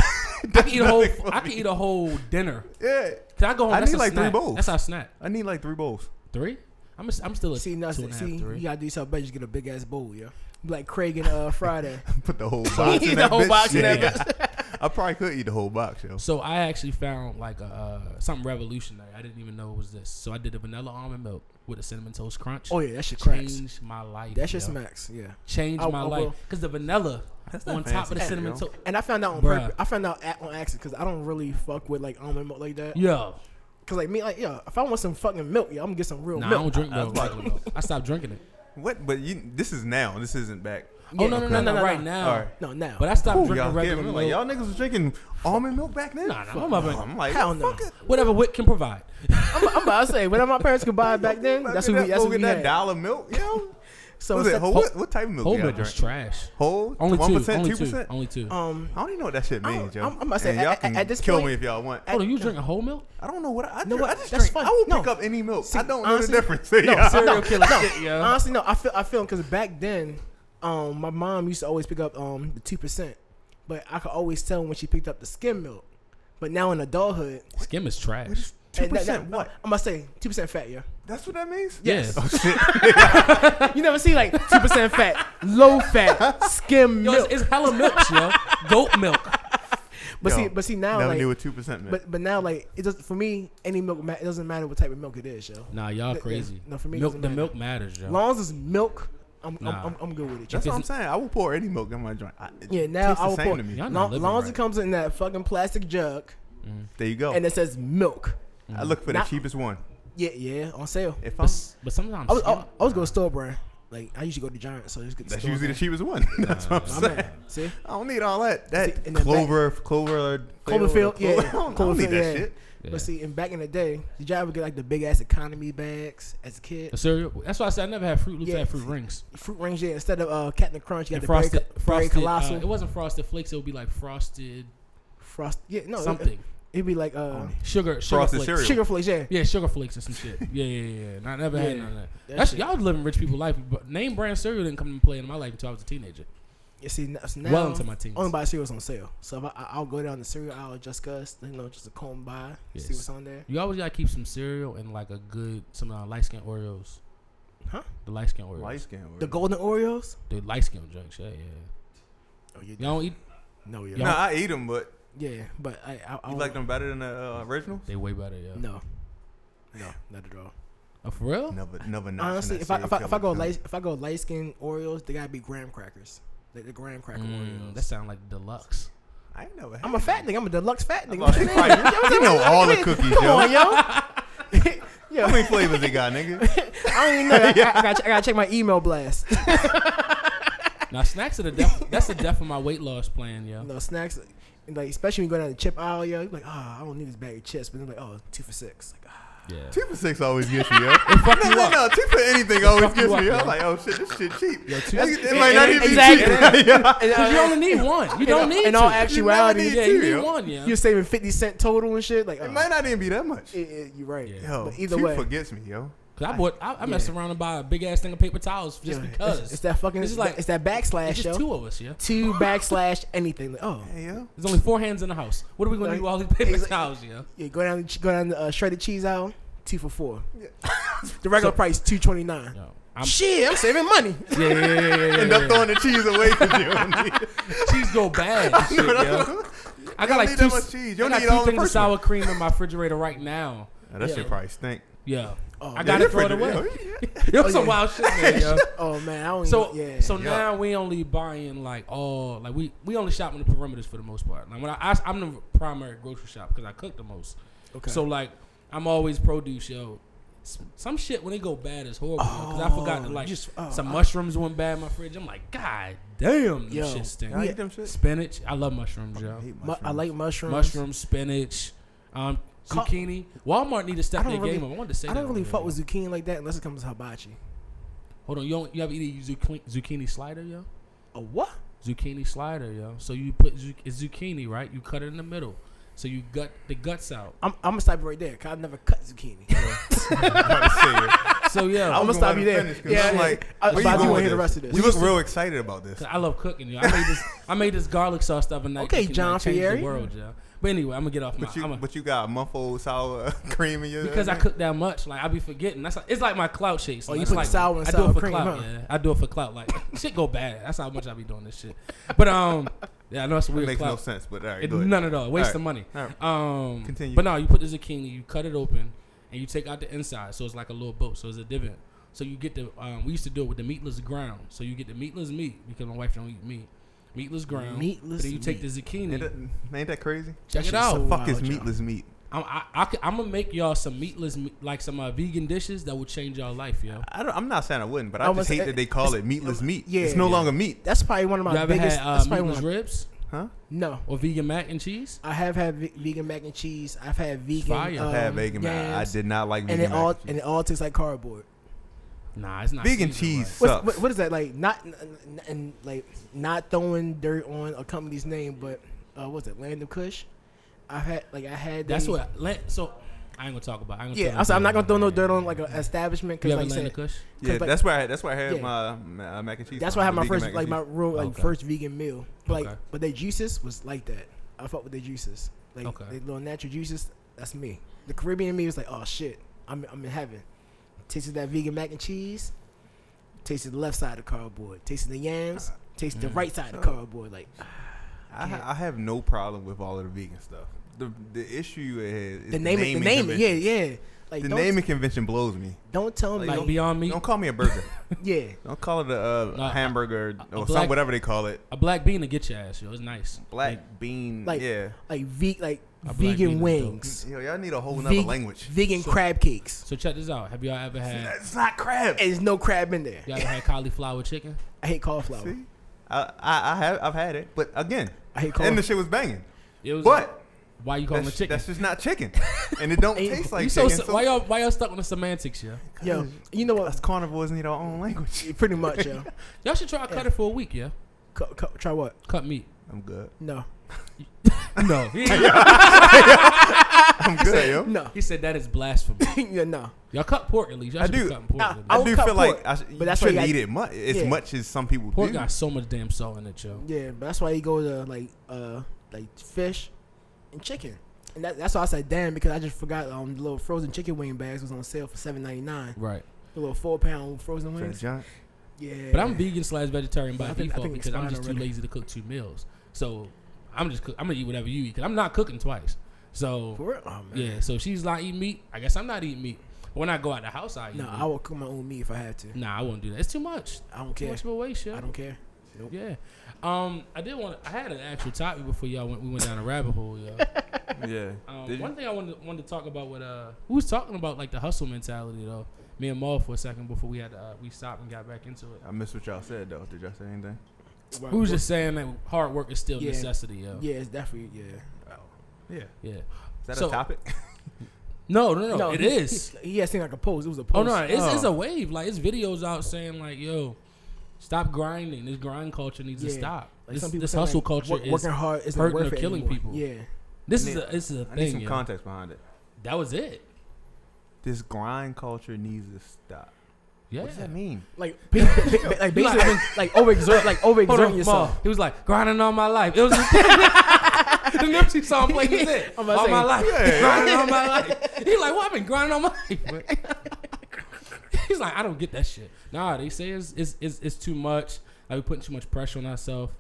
Speaker 1: I can eat a whole.
Speaker 2: nothing for
Speaker 1: I can
Speaker 2: me.
Speaker 1: eat a whole dinner.
Speaker 2: Yeah,
Speaker 1: Can I go home?
Speaker 2: I
Speaker 1: that's
Speaker 2: need
Speaker 1: a
Speaker 2: like three
Speaker 1: snack.
Speaker 2: bowls.
Speaker 1: That's our snack.
Speaker 2: I need like three bowls.
Speaker 1: Three? I'm. A, I'm still a
Speaker 3: see,
Speaker 1: two and a
Speaker 3: now,
Speaker 1: half,
Speaker 3: see, you
Speaker 1: three.
Speaker 3: gotta do yourself better. Just get a big ass bowl, yo. Like Craig and uh, Friday.
Speaker 2: Put the whole box. in
Speaker 3: The
Speaker 2: that
Speaker 3: whole
Speaker 2: bitch.
Speaker 3: box in that
Speaker 2: I probably could eat the whole box, yo.
Speaker 1: So I actually found like a, uh, something revolutionary. I didn't even know it was this. So I did a vanilla almond milk with a cinnamon toast crunch.
Speaker 3: oh yeah, that shit cracks.
Speaker 1: changed my life.
Speaker 3: That shit
Speaker 1: yo.
Speaker 3: smacks. Yeah.
Speaker 1: Changed
Speaker 3: I-
Speaker 1: my
Speaker 3: I
Speaker 1: life
Speaker 3: will.
Speaker 1: because the vanilla
Speaker 2: That's not
Speaker 1: on top
Speaker 2: fancy
Speaker 1: of the
Speaker 2: shit,
Speaker 1: cinnamon
Speaker 2: yo.
Speaker 1: toast.
Speaker 3: And I found out on
Speaker 1: Bruh.
Speaker 3: purpose. I found out at, on accident because I don't really fuck with like almond milk like that.
Speaker 1: Yo,
Speaker 3: Cause like me, like yeah, if I want some fucking milk, yeah, I'm gonna get some real
Speaker 1: nah, I
Speaker 3: milk.
Speaker 1: don't drink
Speaker 2: I- I
Speaker 1: no
Speaker 2: was
Speaker 1: regular milk. I stopped drinking it.
Speaker 2: What? But you, this is now. This isn't back.
Speaker 1: Oh no no no no, right now.
Speaker 2: All right.
Speaker 3: No, now.
Speaker 1: But I stopped
Speaker 2: Ooh,
Speaker 1: drinking
Speaker 2: y'all,
Speaker 1: regular
Speaker 2: giving me, like,
Speaker 1: milk.
Speaker 2: y'all niggas was drinking almond milk back then.
Speaker 1: Nah, nah,
Speaker 2: Fuck
Speaker 1: I'm not drinking-
Speaker 2: I'm like,
Speaker 3: Hell no.
Speaker 2: fuck it.
Speaker 1: Whatever Wit can provide.
Speaker 3: I'm, I'm about to say, whenever my parents could buy it back then, that's
Speaker 2: Fucking
Speaker 3: what we,
Speaker 2: that-
Speaker 3: that's
Speaker 2: go
Speaker 3: what we
Speaker 2: get that
Speaker 3: had.
Speaker 2: dollar milk, yo.
Speaker 3: So
Speaker 2: was it
Speaker 3: instead-
Speaker 2: whole, what, what type of milk?
Speaker 1: Whole
Speaker 2: y'all
Speaker 1: milk was
Speaker 2: drink?
Speaker 1: trash.
Speaker 2: Whole
Speaker 1: Only two.
Speaker 2: 1%,
Speaker 1: only
Speaker 2: 2%?
Speaker 1: two. Only two.
Speaker 3: um,
Speaker 2: I don't even know what that shit
Speaker 3: I don't-
Speaker 2: means, yo.
Speaker 3: I'm- I'm about to say,
Speaker 2: And
Speaker 3: at-
Speaker 2: y'all
Speaker 3: at-
Speaker 2: can
Speaker 3: at this
Speaker 2: kill
Speaker 3: point-
Speaker 2: me if y'all want.
Speaker 1: Hold on, you was drinking whole milk?
Speaker 2: I don't know what I. I,
Speaker 3: No,
Speaker 2: drink, I
Speaker 3: what?
Speaker 2: just
Speaker 3: That's
Speaker 2: drink.
Speaker 3: fine.
Speaker 2: I will
Speaker 3: No.
Speaker 2: pick up any milk. I don't
Speaker 3: honestly-
Speaker 2: know the difference. No,
Speaker 1: serial killer
Speaker 3: no.
Speaker 1: shit, yo.
Speaker 3: honestly, no, I feel I feel because back then, um, my mom used to always pick up um the two percent, but I could always tell when she picked up the skim milk. But now in adulthood,
Speaker 1: Skim is trash.
Speaker 2: Two
Speaker 3: and that-
Speaker 2: percent.
Speaker 3: that-
Speaker 2: What?
Speaker 3: I'm gonna say two percent fat, yeah.
Speaker 2: That's what that means.
Speaker 1: Yes.
Speaker 2: Oh shit.
Speaker 3: You never see like two percent fat, low fat, skim
Speaker 1: Yo,
Speaker 3: milk.
Speaker 1: it's, it's hella milks, yo. Goat milk.
Speaker 3: but
Speaker 2: Yo,
Speaker 3: see, but see now
Speaker 2: Never
Speaker 3: like,
Speaker 2: knew what two percent meant.
Speaker 3: but but now like it does for me. Any milk, ma- it doesn't matter what type of milk it is, yo.
Speaker 1: Nah, y'all
Speaker 3: Th-
Speaker 1: crazy.
Speaker 3: no, for me, it
Speaker 1: milk,
Speaker 3: doesn't
Speaker 1: the
Speaker 3: matter.
Speaker 1: milk matters, yo.
Speaker 3: As long as it's milk, I'm
Speaker 1: Nah.
Speaker 3: I'm, I'm, I'm good with it. yo.
Speaker 2: That's what I'm
Speaker 1: it's-
Speaker 2: saying. I will pour any milk in my drink. I, it
Speaker 3: Yeah, now
Speaker 2: tastes
Speaker 3: I
Speaker 2: the
Speaker 3: will
Speaker 2: same
Speaker 3: pour-
Speaker 2: to me.
Speaker 1: Y'all not
Speaker 3: Long,
Speaker 1: living
Speaker 3: long as
Speaker 1: right.
Speaker 3: it comes in that fucking plastic jug
Speaker 2: There you go.
Speaker 3: and it says milk.
Speaker 2: I look for the
Speaker 3: Not-
Speaker 2: cheapest one.
Speaker 3: Yeah, yeah, on sale.
Speaker 2: If
Speaker 1: But,
Speaker 2: I'm,
Speaker 1: s- but sometimes
Speaker 3: I was I,
Speaker 1: skim-
Speaker 3: I was going to store brand. Like I usually go to Giant, so I just get the
Speaker 2: that's
Speaker 3: store
Speaker 2: usually the
Speaker 3: brand.
Speaker 2: cheapest one. that's what I'm
Speaker 1: Nah.
Speaker 3: My
Speaker 2: saying.
Speaker 3: man, See,
Speaker 2: I don't need all that.
Speaker 3: See,
Speaker 2: That
Speaker 3: and then
Speaker 2: clover, clover,
Speaker 3: Cloverfield, yeah,
Speaker 2: I don't, I don't
Speaker 3: Cloverfield,
Speaker 2: need that
Speaker 3: yeah.
Speaker 2: shit.
Speaker 1: yeah.
Speaker 3: but see, and back in the day, did y'all ever get like the big ass economy bags as a kid?
Speaker 1: The cereal. That's why I said I never had Fruit Loops. I
Speaker 3: Yeah.
Speaker 1: had Fruit Rings.
Speaker 3: Fruit rings, yeah. Instead of uh, Captain Crunch, you
Speaker 1: And
Speaker 3: got the
Speaker 1: frosted,
Speaker 3: Berry, Berry
Speaker 1: frosted.
Speaker 3: Colossal,
Speaker 1: uh, it wasn't frosted flakes. It would be like frosted
Speaker 3: Frost. Yeah, no, It,
Speaker 1: something.
Speaker 3: it'd be like uh,
Speaker 1: Sugar, sugar
Speaker 2: Frosted
Speaker 1: flakes.
Speaker 2: cereal.
Speaker 3: sugar flakes, yeah.
Speaker 1: Yeah, sugar flakes or some shit. Yeah, yeah, yeah. No, I never had
Speaker 3: Yeah.
Speaker 1: none of that.
Speaker 3: That
Speaker 1: That's
Speaker 3: shit.
Speaker 1: y'all living rich people life. But name brand cereal didn't come to play in my life until I was a teenager.
Speaker 3: You see, n- so now
Speaker 1: well into my teens.
Speaker 3: only buy cereals on sale. So if I, I- I'll go down the cereal aisle just cause you know just to comb by, see
Speaker 1: Yes.
Speaker 3: what's on there.
Speaker 1: You always gotta keep some cereal and like a good some uh, light skin Oreos.
Speaker 3: Huh?
Speaker 1: The light skin Oreos.
Speaker 2: Light skin.
Speaker 3: The golden Oreos.
Speaker 1: The light skin drinks. Yeah, yeah.
Speaker 3: Oh, you
Speaker 1: Y'all don't eat.
Speaker 3: no, you
Speaker 1: Y'all-
Speaker 2: Nah, I eat them, but
Speaker 3: yeah, but I I, I
Speaker 2: you
Speaker 3: don't-
Speaker 2: like them better than the uh, originals.
Speaker 1: They way better. Yeah.
Speaker 3: No, no, not at all.
Speaker 1: Oh, for real?
Speaker 2: Never, never. notching
Speaker 3: Honestly,
Speaker 2: that
Speaker 3: if I
Speaker 2: serial
Speaker 3: if I, if I
Speaker 2: killer
Speaker 3: go
Speaker 2: gun.
Speaker 3: light if I go light skin Oreos, they gotta be graham crackers, like the graham cracker
Speaker 1: Mm,
Speaker 3: Oreos.
Speaker 1: that sound like deluxe.
Speaker 2: I ain't never. Had
Speaker 3: I'm a fat nigga. I'm a deluxe fat nigga.
Speaker 2: about
Speaker 3: What
Speaker 2: to
Speaker 3: you
Speaker 2: say,
Speaker 3: mean?
Speaker 2: probably-
Speaker 3: Yo, what
Speaker 2: you
Speaker 3: you
Speaker 2: know
Speaker 3: mean?
Speaker 2: all
Speaker 3: What you
Speaker 2: the
Speaker 3: mean?
Speaker 2: cookies,
Speaker 3: Come
Speaker 2: yo.
Speaker 3: on, yo. yo,
Speaker 2: How many flavors they got, nigga?
Speaker 3: I don't even know. I, I, gotta, I gotta check my email blast.
Speaker 1: Now snacks are the death. that's the death of my weight loss plan, yo.
Speaker 3: No snacks, and, like especially when you go down the chip aisle, yo. You're like, ah, I don't need this bag of chips, but they're like, oh, two for six. Like, ah.
Speaker 1: Yeah.
Speaker 2: Two for six always gets me, yo. no, no, no. Two for anything always
Speaker 1: fuck you
Speaker 2: gets
Speaker 1: up,
Speaker 2: me. yo.
Speaker 1: yo.
Speaker 2: I'm like, oh shit, this shit cheap.
Speaker 1: Yo, two-
Speaker 2: That's- it
Speaker 1: and-
Speaker 2: might not
Speaker 1: and-
Speaker 2: even
Speaker 3: exactly.
Speaker 2: be cheap. Yeah.
Speaker 3: And, uh,
Speaker 1: you only need one. You
Speaker 3: in all-
Speaker 1: don't need
Speaker 3: In all
Speaker 1: two.
Speaker 3: actuality,
Speaker 2: need
Speaker 1: Yeah,
Speaker 2: two,
Speaker 1: you need
Speaker 2: yo.
Speaker 1: one, yeah.
Speaker 3: you're saving fifty cent total and shit. Like,
Speaker 2: It
Speaker 3: uh,
Speaker 2: might not even be that much.
Speaker 3: it- it- you're right.
Speaker 1: Yeah.
Speaker 2: Yo,
Speaker 3: but either
Speaker 2: two
Speaker 3: way,
Speaker 2: forgets me, yo.
Speaker 1: Cause I bought, I, I messed
Speaker 3: Yeah.
Speaker 1: around and buy a big ass thing of paper towels just
Speaker 3: yeah, it's-
Speaker 1: because.
Speaker 3: it's, that fucking.
Speaker 1: This
Speaker 3: It's
Speaker 1: is
Speaker 3: like
Speaker 1: like-
Speaker 3: it's that backslash,
Speaker 1: It's just
Speaker 3: yo. Two,
Speaker 1: two of us, yeah.
Speaker 3: backslash anything. Like, oh,
Speaker 2: Hey, yo.
Speaker 1: There's only four hands in the house. What are we gonna
Speaker 3: Like,
Speaker 1: do with all these paper
Speaker 3: exa-
Speaker 1: towels, yeah?
Speaker 3: yeah. Go down, the ch- go down the uh, shredded cheese aisle. Two for four.
Speaker 2: Yeah.
Speaker 3: the regular price two twenty nine.
Speaker 1: Yo, I'm,
Speaker 3: Shit, I'm saving money.
Speaker 1: yeah, yeah, yeah, yeah, yeah,
Speaker 2: End
Speaker 1: yeah.
Speaker 2: up throwing the cheese away because you don't need
Speaker 1: cheese go bad. and shit, yo. I got
Speaker 2: don't
Speaker 1: like
Speaker 2: need
Speaker 1: two,
Speaker 2: that much cheese. You
Speaker 1: I
Speaker 2: don't
Speaker 1: got
Speaker 2: need
Speaker 1: two
Speaker 2: all the
Speaker 1: things of
Speaker 2: first one.
Speaker 1: sour cream in my refrigerator right now.
Speaker 2: Now, That
Speaker 3: Yeah.
Speaker 2: shit probably stink.
Speaker 1: Yeah,
Speaker 3: Oh,
Speaker 1: I
Speaker 3: yeah,
Speaker 1: gotta
Speaker 2: your
Speaker 1: throw it away.
Speaker 2: refrigerator-
Speaker 1: Yo, some
Speaker 3: yeah.
Speaker 1: wild shit, man, yo.
Speaker 3: Oh man, I don't.
Speaker 1: So
Speaker 3: even, yeah.
Speaker 1: so
Speaker 2: Yeah.
Speaker 1: now we only buying like all like we we only shop in the perimeters for the most part. Like when I, I am the primary grocery shop because I cook the most.
Speaker 3: okay.
Speaker 1: So like I'm always produce yo. s- some shit when they go bad is horrible. Because I forgot to
Speaker 3: Oh,
Speaker 1: like
Speaker 3: just- oh,
Speaker 1: some
Speaker 3: I-
Speaker 1: mushrooms went bad in my fridge. I'm like, God damn,
Speaker 3: Yo,
Speaker 1: this shit stink.
Speaker 2: Y'all
Speaker 3: Yeah.
Speaker 2: eat them shit?
Speaker 1: Spinach. I love mushrooms, yo.
Speaker 2: hate
Speaker 3: Mu- I like mushrooms.
Speaker 1: Mushrooms, spinach, um,
Speaker 3: Ca-
Speaker 1: zucchini. Walmart need to
Speaker 3: I
Speaker 1: step
Speaker 3: don't
Speaker 1: their
Speaker 3: really-
Speaker 1: game up. I wanted to say
Speaker 3: I
Speaker 1: that
Speaker 3: don't really
Speaker 1: earlier.
Speaker 3: fuck with zucchini like that unless it comes to hibachi.
Speaker 1: Hold on, you don't, you ever eat a zucchini, zucchini slider, yo?
Speaker 3: A what?
Speaker 1: Zucchini slider, yo. So you put zu- it's zucchini, right? You cut it in the middle, so you gut the guts out.
Speaker 3: I'm I'm gonna stop you right there. Cause I've never cut zucchini.
Speaker 1: So yeah,
Speaker 3: I'm gonna
Speaker 2: was gonna
Speaker 3: stop you
Speaker 2: let
Speaker 3: there.
Speaker 2: him finish 'cause
Speaker 3: yeah,
Speaker 2: I'm
Speaker 3: yeah.
Speaker 2: like,
Speaker 3: I,
Speaker 2: where
Speaker 3: but
Speaker 2: you
Speaker 3: I do want
Speaker 2: going
Speaker 3: to
Speaker 2: with
Speaker 3: hear the
Speaker 2: this?
Speaker 3: rest of this.
Speaker 2: You look real excited about this.
Speaker 1: Cause I love cooking. Yo. I made this. I made this garlic sauce the other night.
Speaker 3: Okay,
Speaker 1: that can,
Speaker 3: John
Speaker 1: like, change
Speaker 3: Fieri.
Speaker 1: The world, yeah. But anyway, I'm gonna get off my.
Speaker 2: But you,
Speaker 1: I'ma-
Speaker 2: but you got a month old sour cream in your
Speaker 1: because I cook that much, like I be forgetting. That's like, it's like my clout shakes.
Speaker 3: Oh, you
Speaker 1: It's
Speaker 3: put the
Speaker 1: like,
Speaker 3: sour and
Speaker 1: I do
Speaker 3: sour
Speaker 1: it for
Speaker 3: cream,
Speaker 1: clout.
Speaker 3: huh?
Speaker 1: Yeah, I do it for clout. Like shit go bad. That's how much I be doing this shit. But um, yeah, I know it's a
Speaker 2: It
Speaker 1: weird
Speaker 2: makes no
Speaker 1: clout.
Speaker 2: sense, but all right,
Speaker 1: It-
Speaker 2: go ahead.
Speaker 1: none at all. Waste
Speaker 2: Alright.
Speaker 1: of money.
Speaker 2: Alright.
Speaker 1: Um,
Speaker 2: Continue.
Speaker 1: But no, you put the zucchini, you cut it open, and you take out the inside, so it's like a little boat, so it's a divot. So you get the. Um, we used to do it with the meatless ground. So you get the meatless meat because my wife don't eat meat. Meatless ground.
Speaker 3: Meatless
Speaker 1: But then you take the
Speaker 3: meat.
Speaker 2: It
Speaker 1: zucchini.
Speaker 2: doesn't- ain't that crazy?
Speaker 1: Check
Speaker 3: shit's
Speaker 1: it out.
Speaker 3: so
Speaker 2: Fuck is
Speaker 3: wild, y'all.
Speaker 2: meatless meat.
Speaker 1: I'm, I, I, could- I'm gonna make y'all some meatless, me- like some uh, vegan dishes that will change y'all life, yo.
Speaker 2: I don't, I'm not saying I wouldn't, but
Speaker 3: I
Speaker 2: I
Speaker 3: was-
Speaker 2: just hate
Speaker 3: it-
Speaker 2: that they call it meatless meat.
Speaker 3: yeah,
Speaker 2: it's no
Speaker 1: yeah.
Speaker 2: longer meat,
Speaker 3: That's probably one of
Speaker 1: you
Speaker 3: my
Speaker 1: ever
Speaker 3: biggest.
Speaker 1: had uh,
Speaker 3: that's probably one
Speaker 1: meatless
Speaker 3: of my,
Speaker 1: ribs
Speaker 2: huh?
Speaker 3: no.
Speaker 1: or vegan mac and cheese?
Speaker 3: I have had ve- vegan mac and cheese. I've had vegan.
Speaker 1: Fire.
Speaker 3: Um,
Speaker 1: I've
Speaker 2: I had vegan. mac. I
Speaker 3: yams,
Speaker 2: did not like
Speaker 3: And
Speaker 2: vegan.
Speaker 3: it
Speaker 2: mac
Speaker 3: all
Speaker 2: and cheese.
Speaker 3: and it all tastes like cardboard.
Speaker 1: Nah, it's not
Speaker 2: Vegan
Speaker 1: seasoned
Speaker 2: cheese.
Speaker 3: What's,
Speaker 2: Sucks.
Speaker 3: what, what is that like? Not n- n- and like not throwing dirt on a company's name, but uh, what's it? Land of Kush. I had like I had.
Speaker 1: Right. That's
Speaker 3: the-
Speaker 1: what. I, let, so I ain't gonna talk about. It. I ain't gonna
Speaker 3: Yeah,
Speaker 1: tell
Speaker 3: I'm, sorry, I'm not
Speaker 1: nobody.
Speaker 3: gonna throw no dirt on like an establishment
Speaker 1: You
Speaker 3: because
Speaker 1: ever
Speaker 3: like I
Speaker 1: landed a
Speaker 3: said,
Speaker 1: kush?
Speaker 2: yeah,
Speaker 3: like-
Speaker 2: that's where I, that's where I had
Speaker 3: yeah.
Speaker 2: my ma- uh, mac and cheese.
Speaker 3: that's
Speaker 2: from,
Speaker 3: why I had
Speaker 2: the
Speaker 3: my
Speaker 2: vegan
Speaker 3: first
Speaker 2: mac and
Speaker 3: like my
Speaker 2: cheese.
Speaker 3: real like
Speaker 1: Okay.
Speaker 3: first vegan meal. But,
Speaker 1: Okay.
Speaker 3: Like, but their juices was like that. I fuck with their juices. Like
Speaker 1: Okay.
Speaker 3: their little natural juices. That's me. The Caribbean me was like, oh shit, I'm I'm in heaven. Tasted that vegan mac and cheese. Tasted the left side of cardboard. Tasted the
Speaker 2: Ah,
Speaker 3: yams. Tasted the
Speaker 1: Mm.
Speaker 3: right side of cardboard. Like
Speaker 2: I,
Speaker 3: can't-
Speaker 2: ha- I have no problem with all of the vegan stuff. The the issue is
Speaker 3: the name, it, the name, it, yeah,
Speaker 2: convention.
Speaker 3: yeah. Like
Speaker 2: The
Speaker 3: don't,
Speaker 2: naming convention blows me.
Speaker 3: don't tell me,
Speaker 1: Like
Speaker 2: don't-
Speaker 1: Beyond Meat,
Speaker 2: Don't call me a burger.
Speaker 3: yeah.
Speaker 2: Don't call it a uh,
Speaker 1: No,
Speaker 2: hamburger
Speaker 1: a- a
Speaker 2: or
Speaker 1: black-
Speaker 2: some whatever they call it.
Speaker 1: a black bean to get your ass, yo. It's nice.
Speaker 2: Black
Speaker 1: Like,
Speaker 2: bean.
Speaker 3: like-
Speaker 2: yeah.
Speaker 3: like ve- like
Speaker 1: I feel like vegan is
Speaker 3: vegan
Speaker 1: dope.
Speaker 3: wings,
Speaker 2: Yo, y'all need a Mm-hmm. whole nother
Speaker 3: Veg-
Speaker 2: language.
Speaker 3: vegan
Speaker 1: So-
Speaker 3: crab cakes.
Speaker 1: so check this out. Have y'all ever had?
Speaker 2: It's not crab.
Speaker 3: And there's no crab in there.
Speaker 1: Y'all ever had cauliflower chicken?
Speaker 3: I hate cauliflower.
Speaker 2: See, I, I I have I've had it, but again,
Speaker 3: I hate
Speaker 2: and the
Speaker 3: cauliflower.
Speaker 2: shit was banging.
Speaker 1: It was.
Speaker 2: But
Speaker 1: why you calling
Speaker 2: that's,
Speaker 1: it chicken?
Speaker 2: that's just not chicken, and it don't
Speaker 3: Ain't-
Speaker 2: taste
Speaker 1: you
Speaker 2: like
Speaker 1: so,
Speaker 2: chicken.
Speaker 1: so
Speaker 2: so
Speaker 1: why y'all why y'all stuck on the semantics, yo?
Speaker 3: Yo, you know
Speaker 2: us
Speaker 3: what?
Speaker 2: carnivores need our own language.
Speaker 3: Pretty much, yo.
Speaker 1: Y'all should try cut it for a week, yeah.
Speaker 3: Co- co- try what?
Speaker 1: Cut meat.
Speaker 2: I'm good.
Speaker 3: No,
Speaker 1: No, he, ain't-
Speaker 2: I'm good, yo.
Speaker 3: no,
Speaker 1: he said that is blasphemy.
Speaker 3: yeah, no.
Speaker 1: Y'all cut pork at least. Y'all
Speaker 2: I
Speaker 1: should be
Speaker 2: do.
Speaker 1: cutting pork.
Speaker 3: I-
Speaker 1: at least.
Speaker 3: I
Speaker 2: I
Speaker 3: would
Speaker 2: do
Speaker 3: cut
Speaker 2: feel like
Speaker 3: pork,
Speaker 2: I, sh- you
Speaker 3: but that's why
Speaker 2: shouldn't
Speaker 3: you
Speaker 2: eat
Speaker 3: got-
Speaker 2: it much as
Speaker 3: yeah.
Speaker 2: much as some people
Speaker 1: Pork
Speaker 2: do.
Speaker 1: got so much damn salt in it, yo.
Speaker 3: Yeah, but that's why you go to like uh like fish and chicken, and that, that's why I said damn because I just forgot um the little frozen chicken wing bags was on sale for seven ninety nine.
Speaker 1: Right.
Speaker 3: The little four pound frozen
Speaker 2: Is that
Speaker 3: wings.
Speaker 2: junk?
Speaker 3: Yeah,
Speaker 1: But I'm vegan slash vegetarian by
Speaker 3: I think- I
Speaker 1: default
Speaker 3: think
Speaker 1: because I'm
Speaker 3: expired
Speaker 1: just too
Speaker 3: already.
Speaker 1: lazy to cook two meals. So I'm just cook, I'm gonna eat whatever you eat because I'm not cooking twice. So
Speaker 3: For real? Oh, man.
Speaker 1: yeah. So if she's not eating meat. I guess I'm not eating meat. But when I go out the house, I eat.
Speaker 3: No,
Speaker 1: meat.
Speaker 3: I will cook my own meat if I had to.
Speaker 1: Nah, I won't do that. It's too much.
Speaker 3: I don't
Speaker 1: Too
Speaker 3: care.
Speaker 1: much of a waste, yo.
Speaker 3: I don't care. Nope.
Speaker 1: Yeah. Um, I did want. I had an actual topic before y'all went. We went down a rabbit hole, yo.
Speaker 2: Yeah. Did
Speaker 1: Um,
Speaker 2: you-
Speaker 1: one thing I wanted wanted to talk about with uh, we was talking about like the hustle mentality though. Me and Maul for a second before we had uh, we stopped and got back into it.
Speaker 2: I missed what y'all said though. Did y'all say anything?
Speaker 1: We was just saying that hard work is still a
Speaker 3: Yeah.
Speaker 1: necessity, yo.
Speaker 3: Yeah, it's definitely yeah.
Speaker 2: Yeah.
Speaker 1: Yeah.
Speaker 2: Is that
Speaker 1: So-
Speaker 2: a topic?
Speaker 1: No, no, no. it
Speaker 3: he-
Speaker 1: is.
Speaker 3: He, he had seen like a post. It was a
Speaker 1: Oh
Speaker 3: post.
Speaker 1: no, it's, it's
Speaker 2: Oh.
Speaker 1: a wave. Like it's videos out saying like, yo, stop grinding. This grind culture needs to
Speaker 3: Yeah.
Speaker 1: stop.
Speaker 3: Like
Speaker 1: this
Speaker 3: some people
Speaker 1: this
Speaker 3: saying, like,
Speaker 1: hustle culture
Speaker 3: wor-
Speaker 1: is.
Speaker 3: working hard isn't
Speaker 1: hurting
Speaker 3: worth
Speaker 1: or
Speaker 3: it
Speaker 1: killing
Speaker 3: anymore.
Speaker 1: people.
Speaker 3: Yeah,
Speaker 1: This
Speaker 2: I
Speaker 1: is
Speaker 2: need-
Speaker 1: a this is a
Speaker 2: I need
Speaker 1: thing.
Speaker 2: some
Speaker 1: yo.
Speaker 2: context behind it.
Speaker 1: That was it.
Speaker 2: This grind culture needs to stop.
Speaker 1: Yeah.
Speaker 2: What does that mean?
Speaker 3: like ba- ba- ba- like
Speaker 1: You
Speaker 3: basically like overexert like
Speaker 1: Hold
Speaker 3: overexerting
Speaker 1: on, Ma.
Speaker 3: yourself.
Speaker 1: He was like grinding all my life. It was the Nipsey song played his head all
Speaker 3: I'm about to say,
Speaker 1: my life,
Speaker 2: yeah.
Speaker 1: grinding all my life. He like, well, I've been grinding all my life. But- He's like, I don't get that shit. Nah, they say it's it's it's, it's too much. Like we putting too much pressure on ourselves.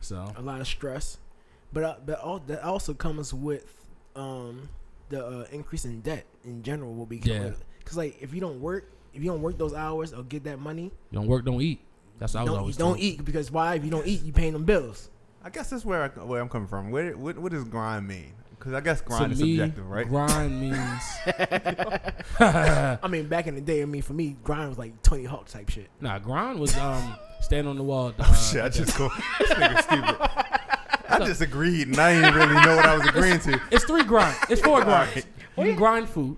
Speaker 1: So
Speaker 3: A lot of stress, but uh, but all, that also comes with um the uh, increase in debt in general will be
Speaker 1: Yeah.
Speaker 3: because like if you don't work if you don't work those hours or get that money
Speaker 1: you don't work, don't eat. That's what I was
Speaker 3: don't you
Speaker 1: always
Speaker 3: don't
Speaker 1: told.
Speaker 3: eat because why if you don't eat you paying them bills.
Speaker 2: I guess that's where I, where I'm coming from. Where what, what does grind mean? Because I guess grind
Speaker 1: to
Speaker 2: is
Speaker 1: me,
Speaker 2: subjective, right?
Speaker 1: Grind means
Speaker 3: I mean, back in the day, I mean, for me, grind was like Tony Hawk type shit.
Speaker 1: nah. Grind was um stand on the wall. at the,
Speaker 2: Oh
Speaker 1: uh,
Speaker 2: shit, I just go. This nigga stupid. I just agreed, and I didn't really know what I was agreeing to.
Speaker 1: It's three grind. It's four grinds.
Speaker 2: right.
Speaker 1: You can grind food.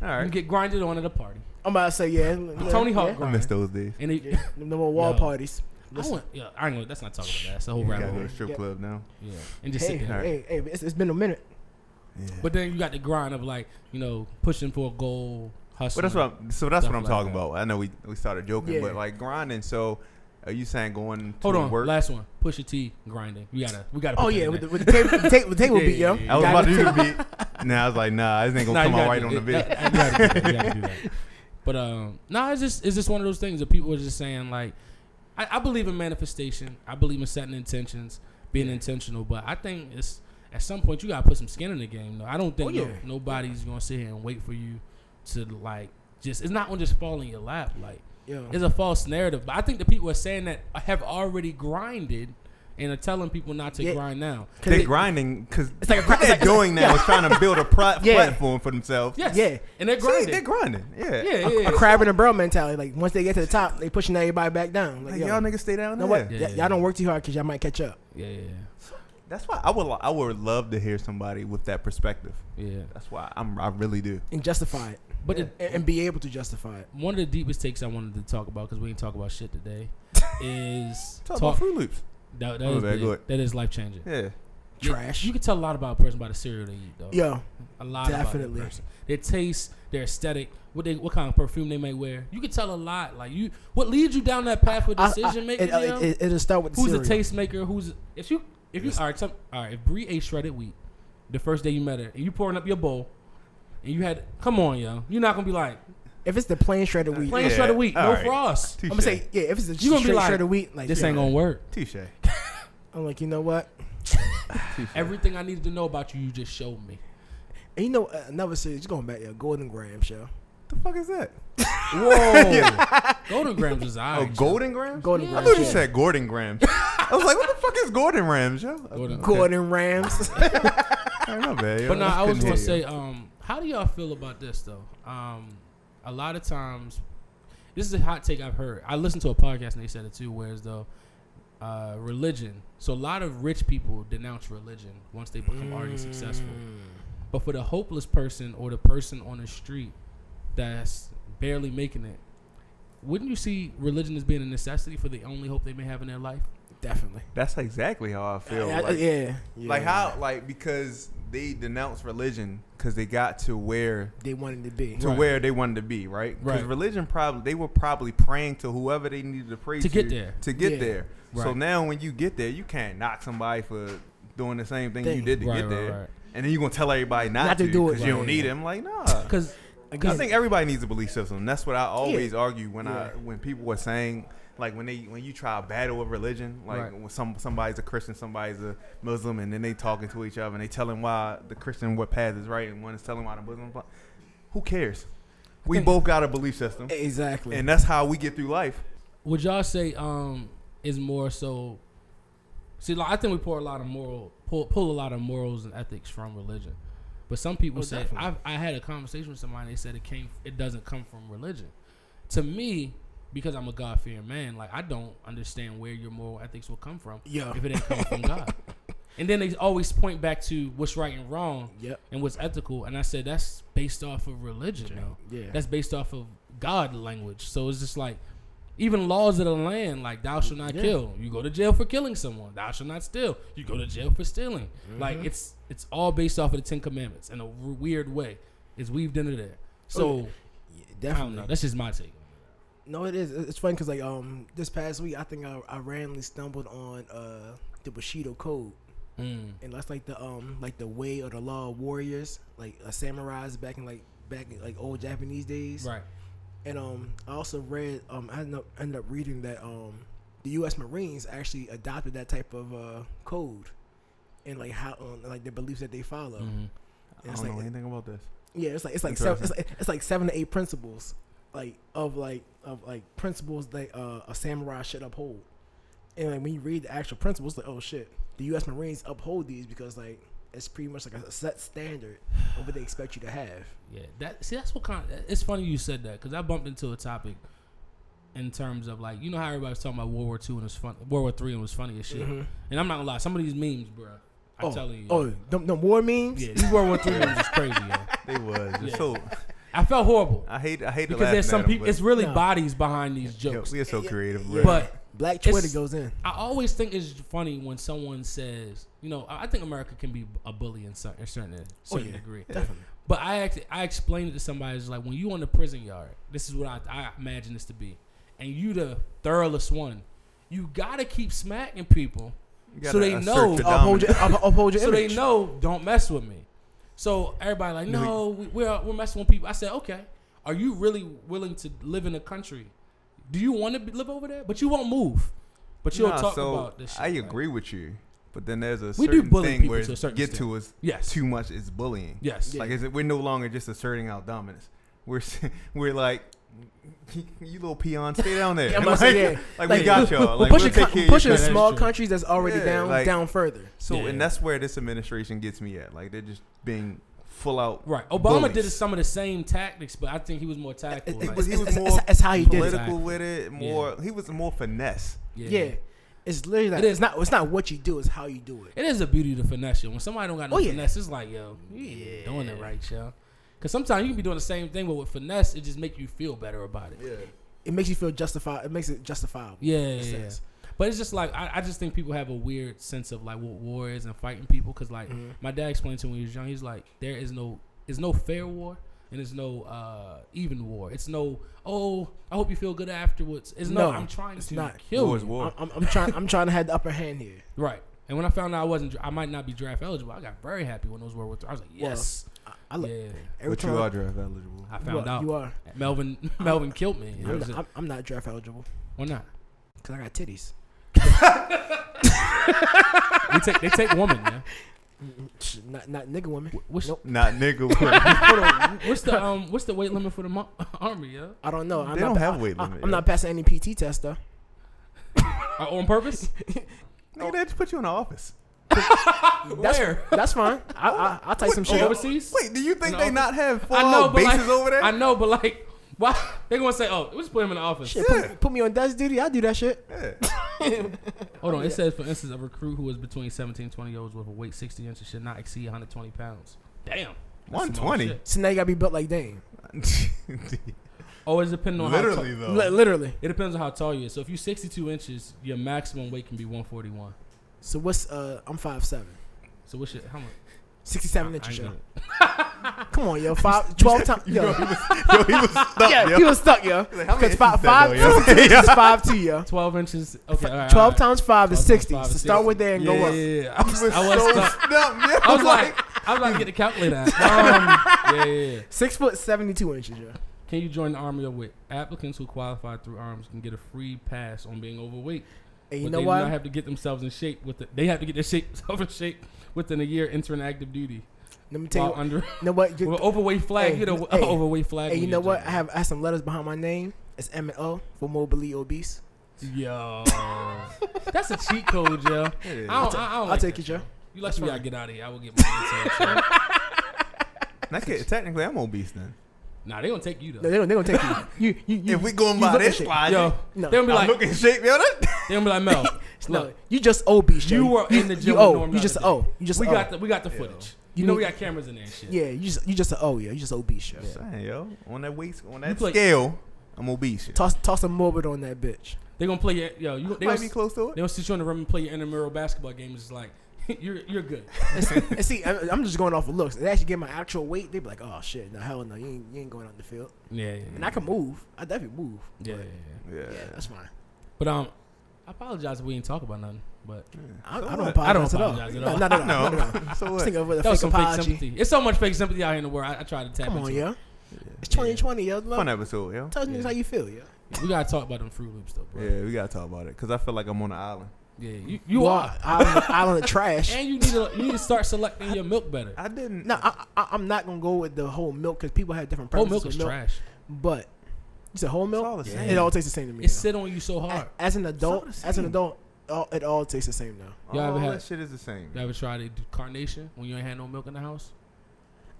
Speaker 2: All
Speaker 1: You
Speaker 2: right,
Speaker 1: get grinded on at a party.
Speaker 3: I'm about to say, yeah, yeah,
Speaker 1: Tony Hawk
Speaker 3: yeah.
Speaker 2: I
Speaker 1: grind.
Speaker 2: miss those days.
Speaker 1: And it,
Speaker 3: Yeah, them no more wall
Speaker 1: Yo.
Speaker 3: parties.
Speaker 1: I
Speaker 3: Listen,
Speaker 1: want, yeah, I ain't gonna, that's not talking about that. That's a whole
Speaker 2: You gotta
Speaker 1: rabbit
Speaker 2: go
Speaker 1: hole.
Speaker 2: to strip
Speaker 3: Yeah.
Speaker 2: club now.
Speaker 1: Yeah, and just
Speaker 3: hey,
Speaker 1: sit there.
Speaker 2: there.
Speaker 3: hey, hey, it's, it's been a minute.
Speaker 2: Yeah.
Speaker 1: But then you got the grind of like you know pushing for a goal,
Speaker 2: But
Speaker 1: hustling.
Speaker 2: that's what I'm, so that's
Speaker 1: Stuff
Speaker 2: what I'm
Speaker 1: like
Speaker 2: talking
Speaker 1: that.
Speaker 2: about. I know we, we started joking,
Speaker 3: Yeah.
Speaker 2: but like grinding. So are you saying going to
Speaker 1: Hold on,
Speaker 2: work?
Speaker 1: last one. Push your T grinding. We gotta, we gotta.
Speaker 3: Oh
Speaker 1: put that
Speaker 3: yeah,
Speaker 1: in
Speaker 3: with the,
Speaker 1: there.
Speaker 3: with the table, the table, the table
Speaker 1: Yeah,
Speaker 3: beat, yo.
Speaker 1: yeah, yeah.
Speaker 2: I was
Speaker 3: Got
Speaker 2: about
Speaker 3: it.
Speaker 2: to do the beat. Nah, I was like, nah, this ain't gonna
Speaker 1: Nah,
Speaker 2: come
Speaker 1: you
Speaker 2: out
Speaker 1: gotta
Speaker 2: right
Speaker 1: do-
Speaker 2: on the
Speaker 1: it-
Speaker 2: video.
Speaker 1: that- you gotta do that, you gotta do that. But um, no, it's just it's just one of those things that people are just saying like, I, I believe in manifestation. I believe in setting intentions, being intentional. But I think it's at some point you gotta put some skin in the game. Though I don't think
Speaker 3: Oh, yeah.
Speaker 1: no, nobody's gonna sit here and wait for you to like just. It's not gonna just fall in your lap. Like
Speaker 3: Yo.
Speaker 1: it's a false narrative. But I think the people are saying that have already grinded and are telling people not to
Speaker 3: Yeah.
Speaker 1: grind now.
Speaker 2: They're grinding because
Speaker 3: It's like a pro-
Speaker 2: what
Speaker 3: it's
Speaker 2: they're
Speaker 3: like-
Speaker 2: doing now is trying to build a pro-
Speaker 3: Yeah.
Speaker 2: platform for themselves.
Speaker 1: Yes.
Speaker 3: Yeah.
Speaker 1: And they're
Speaker 2: See,
Speaker 1: grinding.
Speaker 2: they're grinding. Yeah.
Speaker 1: yeah, yeah,
Speaker 3: a crab and a barrel mentality. Like once they get to the top, they pushing everybody back down. Like,
Speaker 2: Like,
Speaker 3: yo,
Speaker 2: y'all niggas stay down
Speaker 3: know
Speaker 2: there.
Speaker 3: what?
Speaker 1: Yeah,
Speaker 3: Y-
Speaker 1: yeah,
Speaker 3: y'all don't
Speaker 1: yeah.
Speaker 3: work too hard because y'all might catch up.
Speaker 1: yeah, yeah,
Speaker 2: That's why I would li- I would love to hear somebody with that perspective.
Speaker 1: yeah. yeah.
Speaker 2: That's why I'm I really do.
Speaker 3: and justify it,
Speaker 1: But
Speaker 2: Yeah.
Speaker 1: the-
Speaker 3: and, and be able to justify it.
Speaker 1: one of the deepest takes I wanted to talk about because we didn't talk about shit today is
Speaker 2: Talk,
Speaker 1: talk.
Speaker 2: about Fruit Loops.
Speaker 1: that, that,
Speaker 2: Oh,
Speaker 1: is
Speaker 2: very
Speaker 1: big.
Speaker 2: good.
Speaker 1: that is life changing.
Speaker 2: Yeah.
Speaker 1: You-
Speaker 3: Trash.
Speaker 1: You, can tell a lot about a person by the cereal they eat, though.
Speaker 3: Yo,
Speaker 1: a lot about
Speaker 3: definitely.
Speaker 1: that person. Their taste, their aesthetic, what they, what kind of perfume they may wear. You can tell a lot. Like you, what leads you down that path of
Speaker 3: I- I-
Speaker 1: decision making.
Speaker 3: It, uh, it, it, it'll start with the
Speaker 1: who's a
Speaker 3: cereal.
Speaker 1: taste maker? Who's if you if you all right, tell, all right if Bree ate shredded wheat the first day you met her and you pouring up your bowl and you had come on yo you're not gonna be like
Speaker 3: If it's the plain shredded wheat,
Speaker 1: plain
Speaker 2: Yeah,
Speaker 1: shredded wheat no
Speaker 2: all right.
Speaker 1: frost
Speaker 2: Touche.
Speaker 3: I'm gonna say yeah. If it's the
Speaker 1: You gonna be
Speaker 3: straight
Speaker 1: like,
Speaker 3: shredded wheat, like
Speaker 1: this
Speaker 3: yeah.
Speaker 1: ain't gonna work
Speaker 2: touche.
Speaker 3: I'm like, you know what?
Speaker 2: Touche.
Speaker 1: everything I needed to know about you you just showed me
Speaker 3: And you know uh, another series. You're going back, yeah, Golden Graham show.
Speaker 2: the fuck is that?
Speaker 1: whoa golden grams is
Speaker 2: Oh,
Speaker 1: alright, yo.
Speaker 2: Golden Grams.
Speaker 3: Golden
Speaker 1: Yeah.
Speaker 2: I
Speaker 3: Graham.
Speaker 2: thought you
Speaker 3: show.
Speaker 2: said Gordon Grams. I was like, what the fuck is Gordon Grams, yo?
Speaker 1: Gordon-
Speaker 2: Okay.
Speaker 3: Gordon Rams.
Speaker 2: All right, my bad, yo.
Speaker 1: But no, I was
Speaker 2: Couldn't
Speaker 1: gonna
Speaker 2: hear
Speaker 1: say,
Speaker 2: you.
Speaker 1: um, how do y'all feel about this though? Um, a lot of times, this is a hot take I've heard. I listened to a podcast and they said it too. Whereas though, uh, religion. So a lot of rich people denounce religion once they become already successful. But for the hopeless person or the person on the street that's barely making it, wouldn't you see religion as being a necessity for the only hope they may have in their life?
Speaker 3: Definitely.
Speaker 2: that's exactly how I feel.
Speaker 3: Yeah,
Speaker 2: like,
Speaker 3: yeah, yeah.
Speaker 2: like how, like because they denounced religion because they got to where
Speaker 3: they wanted to be.
Speaker 2: to
Speaker 1: Right.
Speaker 2: where they wanted to be, right? Because
Speaker 1: Right.
Speaker 2: religion probably they were probably praying to whoever they needed to pray
Speaker 1: To get there.
Speaker 2: To get
Speaker 3: Yeah.
Speaker 2: there. So
Speaker 1: Right.
Speaker 2: now when you get there, you can't knock somebody for doing the same thing you
Speaker 3: Thing.
Speaker 2: did to
Speaker 1: Right,
Speaker 2: get
Speaker 1: right,
Speaker 2: there,
Speaker 1: right.
Speaker 2: and then you are gonna tell everybody not, to do it because you
Speaker 1: Right,
Speaker 2: don't
Speaker 1: yeah.
Speaker 2: need it. I'm like, nah.
Speaker 1: Because
Speaker 2: I think everybody needs a belief system. That's what I always argue when I
Speaker 3: Yeah.
Speaker 2: when people were saying like when they when you try a battle with religion, like
Speaker 1: Right.
Speaker 2: when some somebody's a Christian, somebody's a Muslim, and then they talking to each other and they telling why the Christian what path is right and one is telling why the Muslim. Who cares? We
Speaker 1: think-
Speaker 2: both got a belief system,
Speaker 3: Exactly.
Speaker 2: and that's how we get through life.
Speaker 1: would y'all say um is more so see like, i think we pour a lot of moral pull, pull a lot of morals and ethics from religion but some people
Speaker 3: Oh,
Speaker 1: say
Speaker 3: definitely.
Speaker 1: I've, i had a conversation with somebody they said it came it doesn't come from religion to me because i'm a god-fearing man like i don't understand where your moral ethics will come from
Speaker 3: Yeah.
Speaker 1: if it ain't coming from god and then they always point back to what's right and wrong
Speaker 3: Yep.
Speaker 1: and what's ethical and i said that's based off of religion though
Speaker 3: Yeah.
Speaker 1: that's based off of God language. So it's just like even laws of the land, like thou shalt not
Speaker 3: Yeah.
Speaker 1: kill, you go to jail for killing someone. Thou shalt not steal, you go to jail for stealing.
Speaker 3: Mm-hmm.
Speaker 1: Like it's it's all based off of the Ten Commandments in a r- weird way. It's weaved into there. So
Speaker 3: Oh,
Speaker 1: I
Speaker 3: Yeah,
Speaker 1: don't know.
Speaker 3: definitely.
Speaker 1: That's just my take.
Speaker 3: No, it is. It- It's funny because like um this past week I think I, I randomly stumbled on uh the Bushido Code
Speaker 1: Mm.
Speaker 3: and that's like the um like the way or the law of warriors like uh, samurais back in like back in like old Japanese days.
Speaker 1: Right.
Speaker 3: And um I also read um I ended up, ended up reading that um the U.S. Marines actually adopted that type of uh code and like how um, like the beliefs that they
Speaker 1: Mhm.
Speaker 3: follow.
Speaker 2: I
Speaker 3: And it's
Speaker 2: don't know
Speaker 3: like-
Speaker 2: anything about this.
Speaker 3: Yeah, it's like it's like seven, it's like it's like seven to eight principles, like of like of like principles that uh, a samurai should uphold. And like when you read the actual principles, like oh shit, the U.S. Marines uphold these because like it's pretty much like a set standard of what they expect you to have.
Speaker 1: Yeah, that see that's what kind. it's funny you said that because I bumped into a topic in terms of like you know how everybody's talking about World War Two and it's fun, World War Three and was funny as shit.
Speaker 2: Mm-hmm.
Speaker 1: And I'm not gonna lie, some of these memes, bro. I'm
Speaker 3: oh,
Speaker 1: telling you.
Speaker 3: Oh, them, them war memes.
Speaker 1: yeah, these World War Three memes is crazy. Yo.
Speaker 2: They was
Speaker 1: Yeah.
Speaker 2: It's so.
Speaker 1: I felt horrible
Speaker 2: I hate. I hate to
Speaker 1: because
Speaker 2: laugh
Speaker 1: there's some
Speaker 2: at 'em,
Speaker 1: people.
Speaker 2: but-
Speaker 1: It's really
Speaker 3: No.
Speaker 1: bodies behind these
Speaker 2: yo,
Speaker 1: jokes,
Speaker 2: we are so
Speaker 3: Yeah,
Speaker 2: creative.
Speaker 3: yeah.
Speaker 2: bro.
Speaker 1: but
Speaker 3: Black
Speaker 1: It's-
Speaker 3: Twitter goes in.
Speaker 1: I always think it's funny when someone says, you know, I I think America can be a bully in cer- a certain certain
Speaker 3: yeah.
Speaker 1: degree.
Speaker 3: Definitely.
Speaker 1: But I act I explained it to somebody. It's like when you on the prison yard, this is what I, I imagine this to be, and you the thoroughest one. You gotta keep smacking people
Speaker 2: You
Speaker 1: so
Speaker 2: gotta
Speaker 1: they
Speaker 2: assert
Speaker 1: know-
Speaker 2: the
Speaker 3: Uphold your,
Speaker 2: dominance.
Speaker 3: up- uphold your
Speaker 1: so
Speaker 3: image.
Speaker 1: they know don't mess with me. So everybody like,
Speaker 2: No,
Speaker 1: no, we, we're we're messing with people. I said, okay, are you really willing to live in a country? Do you want to live over there? But you won't move. But you'll
Speaker 2: Nah,
Speaker 1: talk
Speaker 2: so
Speaker 1: about this. Shit,
Speaker 2: I
Speaker 1: right?
Speaker 2: agree with you, but then there's a
Speaker 1: We do
Speaker 2: certain
Speaker 1: bully
Speaker 2: thing
Speaker 1: people
Speaker 2: where
Speaker 1: to a certain
Speaker 2: get
Speaker 1: extent.
Speaker 2: to us
Speaker 1: Yes.
Speaker 2: too much is bullying.
Speaker 1: Yes.
Speaker 2: Like is it, we're no longer just asserting our dominance. We're s- we're like, you little peon, stay down there.
Speaker 3: Yeah, I'm about
Speaker 2: like,
Speaker 3: to say, yeah.
Speaker 2: like,
Speaker 3: Like,
Speaker 2: we got y'all.
Speaker 3: We're
Speaker 2: Like
Speaker 3: pushing,
Speaker 2: we'll take
Speaker 3: co-
Speaker 2: care of
Speaker 3: pushing
Speaker 2: your
Speaker 1: business.
Speaker 3: small
Speaker 1: That's true.
Speaker 3: countries that's already
Speaker 2: Yeah,
Speaker 3: down
Speaker 2: like-
Speaker 3: down further.
Speaker 2: So
Speaker 1: Yeah.
Speaker 2: and that's where this administration gets me at. Like they're just being full out.
Speaker 1: Right. Obama
Speaker 2: bullies.
Speaker 1: did some of the same tactics, but I think he was more tactical.
Speaker 3: It- it
Speaker 1: like-
Speaker 2: was- he
Speaker 3: it's- it's-
Speaker 2: more
Speaker 3: it's- it's how he did it.
Speaker 2: Political with it, more. He was more finesse.
Speaker 1: yeah.
Speaker 3: Yeah. It's literally like,
Speaker 1: It is.
Speaker 3: it's not it's not what you do, it's how you do it.
Speaker 1: It is a beauty to finesse. yo. When somebody don't got no
Speaker 3: Oh, yeah.
Speaker 1: finesse, it's like, yo, you ain't even doing it right, yo. Because sometimes you can be doing the same thing, but with finesse, it just make you feel better about it.
Speaker 2: Yeah.
Speaker 3: It makes you feel justified. It makes it justifiable.
Speaker 1: Yeah,
Speaker 3: in a
Speaker 1: yeah, yeah.
Speaker 3: sense.
Speaker 1: But it's just like I, I just think people have a weird sense of like what war is and fighting people. Cause like
Speaker 3: Mhm.
Speaker 1: my dad explained to me when he was young, he's like, there is no, is no fair war and there's no uh, even war. It's no, oh, I hope you feel good afterwards. It's no,
Speaker 3: No,
Speaker 1: I'm trying
Speaker 3: it's
Speaker 1: to
Speaker 3: not.
Speaker 1: kill
Speaker 2: War
Speaker 1: you.
Speaker 2: is war.
Speaker 3: I'm, I'm, I'm trying I'm trying to have the upper hand here.
Speaker 1: Right. And when I found out I wasn't, I might not be draft eligible, I got very happy when those were. I was like,
Speaker 3: Well,
Speaker 1: yes,
Speaker 3: I, I look
Speaker 1: yeah.
Speaker 3: every
Speaker 2: but
Speaker 3: time
Speaker 2: you
Speaker 3: I-
Speaker 2: are draft eligible.
Speaker 1: I
Speaker 3: you
Speaker 1: found
Speaker 3: are-
Speaker 1: out
Speaker 3: you are.
Speaker 1: Melvin Melvin killed me. I
Speaker 3: I'm
Speaker 1: was
Speaker 3: not,
Speaker 1: like,
Speaker 3: I'm, I'm not draft eligible
Speaker 1: Why not?
Speaker 3: because I got titties.
Speaker 1: They take they take woman. Yeah.
Speaker 3: Mm, Not not nigga woman.
Speaker 1: Wh- What's
Speaker 3: Nope.
Speaker 2: Not nigga.
Speaker 1: hold on, wh- What's the um what's the weight limit for the mo- army? Yeah.
Speaker 3: I don't know. I'm
Speaker 2: they
Speaker 3: not,
Speaker 2: don't have weight
Speaker 3: I,
Speaker 2: limit.
Speaker 3: I'm not passing any PT test though.
Speaker 1: Uh, on purpose?
Speaker 2: Nigga, they just put you in the office.
Speaker 3: That's,
Speaker 1: Where?
Speaker 3: That's fine. I, I I'll take some
Speaker 1: Oh,
Speaker 3: shit. up.
Speaker 1: overseas?
Speaker 2: Wait, do you think
Speaker 1: In the
Speaker 2: they
Speaker 1: office?
Speaker 2: not have full
Speaker 1: I know,
Speaker 2: out
Speaker 1: but
Speaker 2: bases
Speaker 1: like,
Speaker 2: over there?
Speaker 1: I know, but like, why they gonna say? Oh, let's put him in the office.
Speaker 3: Shit, put, put me on desk duty. I'll do that shit.
Speaker 2: Yeah.
Speaker 1: Hold on. It says, for instance, a recruit who is between 17 and 20 years old with a weight 60 inches should not exceed 120 pounds. Damn. That's some old
Speaker 2: 120?
Speaker 1: shit.
Speaker 3: So now you gotta be built like Dame.
Speaker 1: Oh, it's depending on how.
Speaker 2: Literally
Speaker 1: tall-
Speaker 2: though.
Speaker 3: Li- literally.
Speaker 1: It depends on how tall you are. So if you're 62 inches, your maximum weight can be 141.
Speaker 3: So what's uh? I'm five seven.
Speaker 1: So what's your how much?
Speaker 3: 67
Speaker 1: I-
Speaker 3: inches.
Speaker 1: I
Speaker 3: yo.
Speaker 1: ain't
Speaker 3: Come on, yo. Five, 12 times. Yo,
Speaker 2: yo, he was stuck.
Speaker 3: yeah,
Speaker 2: yo.
Speaker 3: he was stuck, yo.
Speaker 2: Like, how many
Speaker 3: Because
Speaker 2: inches
Speaker 3: five,
Speaker 2: is that,
Speaker 3: five,
Speaker 2: though, yo?
Speaker 3: is five two, yo.
Speaker 1: 12 inches. Okay. all right, all right.
Speaker 3: 12 times five
Speaker 1: 12
Speaker 3: is
Speaker 1: times
Speaker 3: 60.
Speaker 1: five
Speaker 3: so
Speaker 1: is
Speaker 3: start
Speaker 1: 60.
Speaker 3: with there and
Speaker 1: yeah,
Speaker 3: go up.
Speaker 1: Yeah, yeah, yeah. I was,
Speaker 2: He was
Speaker 1: I was
Speaker 2: so
Speaker 1: stuck.
Speaker 2: stuck, yo.
Speaker 1: I was like, I was about to get the calculator. out. Um, yeah, yeah, yeah.
Speaker 3: Six foot, 72 inches, yo.
Speaker 1: Can you join the army overweight? Applicants who qualify through arms can get a free pass on being overweight,
Speaker 3: And
Speaker 1: but
Speaker 3: you
Speaker 1: they
Speaker 3: know
Speaker 1: do
Speaker 3: what?
Speaker 1: not have to get themselves in shape with. The, they have to get their shape, themselves in shape within a year entering active duty.
Speaker 3: Let me tell you
Speaker 1: While
Speaker 3: what.
Speaker 1: under
Speaker 3: You know what?
Speaker 1: with
Speaker 3: You-
Speaker 1: an overweight flag,
Speaker 3: Hey,
Speaker 1: you know,
Speaker 3: hey,
Speaker 1: overweight flag.
Speaker 3: Hey,
Speaker 1: when
Speaker 3: you
Speaker 1: you're
Speaker 3: know what?
Speaker 1: jumping.
Speaker 3: I have I have some letters behind my name. It's M and O for morbidly obese.
Speaker 1: Yo, that's a cheat code, yo. I
Speaker 2: It is.
Speaker 1: don't, I, I don't
Speaker 3: I'll
Speaker 1: like
Speaker 3: take
Speaker 1: that,
Speaker 3: it, yo.
Speaker 1: You let me
Speaker 3: fine.
Speaker 1: I get out of here. I will get my intel, yo.
Speaker 2: That kid- technically, I'm obese then.
Speaker 1: Nah, they don't take you though.
Speaker 3: No, they don't. They don't take you. You, you, you
Speaker 2: if we going
Speaker 3: you
Speaker 2: by
Speaker 3: look at
Speaker 2: this
Speaker 3: shit.
Speaker 2: logic,
Speaker 1: Yo,
Speaker 3: No,
Speaker 1: they don't be
Speaker 2: I'm
Speaker 1: like,
Speaker 2: looking shape, yo. That,
Speaker 1: they don't be like Mel.
Speaker 3: no,
Speaker 1: look,
Speaker 3: you just obese. yo.
Speaker 1: you were in the gym.
Speaker 3: You
Speaker 1: with
Speaker 3: O.
Speaker 1: Norm
Speaker 3: You
Speaker 1: the
Speaker 3: just
Speaker 1: other
Speaker 3: O.
Speaker 1: day.
Speaker 3: You just
Speaker 1: We
Speaker 3: O.
Speaker 1: got the we got the footage. You,
Speaker 3: You
Speaker 1: know
Speaker 3: need-
Speaker 1: we got cameras in there and shit.
Speaker 3: Yeah, you just you just a O. Yeah, you just obese. Yo.
Speaker 2: Saying, yo, on that weight, on that
Speaker 1: You play-
Speaker 2: scale, I'm obese. Yo.
Speaker 3: Toss toss a morbid on that bitch.
Speaker 1: They gonna play your yo. You, they,
Speaker 2: Might
Speaker 1: gonna,
Speaker 2: be
Speaker 1: they
Speaker 2: close to it.
Speaker 1: gonna sit you on the rim and play your intramural basketball game. It's like you're you're good.
Speaker 3: And see, and see, I- I'm just going off of looks. They actually get my actual weight. They be like, oh shit, no hell no, you ain't, you ain't going on the field.
Speaker 1: Yeah, yeah,
Speaker 3: And I can move. I definitely move.
Speaker 1: yeah, yeah,
Speaker 3: but,
Speaker 1: yeah.
Speaker 2: Yeah.
Speaker 3: yeah, that's fine.
Speaker 1: But um, I apologize if we didn't talk about nothing. But
Speaker 3: I,
Speaker 2: So
Speaker 3: I don't
Speaker 2: what?
Speaker 3: apologize,
Speaker 1: I don't
Speaker 3: at
Speaker 1: apologize at
Speaker 3: all. No,
Speaker 1: all.
Speaker 3: not at all. Not
Speaker 2: No.
Speaker 3: at all.
Speaker 2: so
Speaker 3: Just
Speaker 2: what?
Speaker 3: think of what
Speaker 1: that
Speaker 3: a
Speaker 1: was
Speaker 3: fake
Speaker 1: some fake
Speaker 3: apology.
Speaker 1: sympathy. It's so much fake sympathy out here in the world. I, I tried to tap
Speaker 3: Come
Speaker 1: into.
Speaker 3: on,
Speaker 1: it.
Speaker 3: yo. It's
Speaker 1: Yeah.
Speaker 3: 2020, yo. Love.
Speaker 2: Fun episode, yo.
Speaker 3: Tell
Speaker 1: Yeah.
Speaker 3: niggas how you feel, yo.
Speaker 1: We gotta talk about them Fruit Loops though, bro. Yeah,
Speaker 2: Yeah, we gotta talk about it because I feel like I'm on an island.
Speaker 1: you, you are,
Speaker 3: island, island of trash.
Speaker 1: and you need to you need to start selecting your milk better.
Speaker 2: I didn't.
Speaker 3: No, I, I, I'm not gonna go with the whole milk because people have different
Speaker 1: Whole
Speaker 3: preferences.
Speaker 1: milk is
Speaker 3: with
Speaker 1: trash.
Speaker 3: But you said whole milk.
Speaker 2: all the
Speaker 3: Yeah.
Speaker 2: same.
Speaker 3: It all tastes the same to me.
Speaker 1: It
Speaker 3: yo.
Speaker 1: sit on you so
Speaker 3: A-
Speaker 1: hard.
Speaker 3: As an adult,
Speaker 2: the
Speaker 3: as an
Speaker 2: same.
Speaker 3: adult, all, it all tastes the same now.
Speaker 1: Y'all
Speaker 2: All
Speaker 1: ever had-
Speaker 2: that shit is the same.
Speaker 1: You ever tried it, carnation when you ain't had no milk in the house?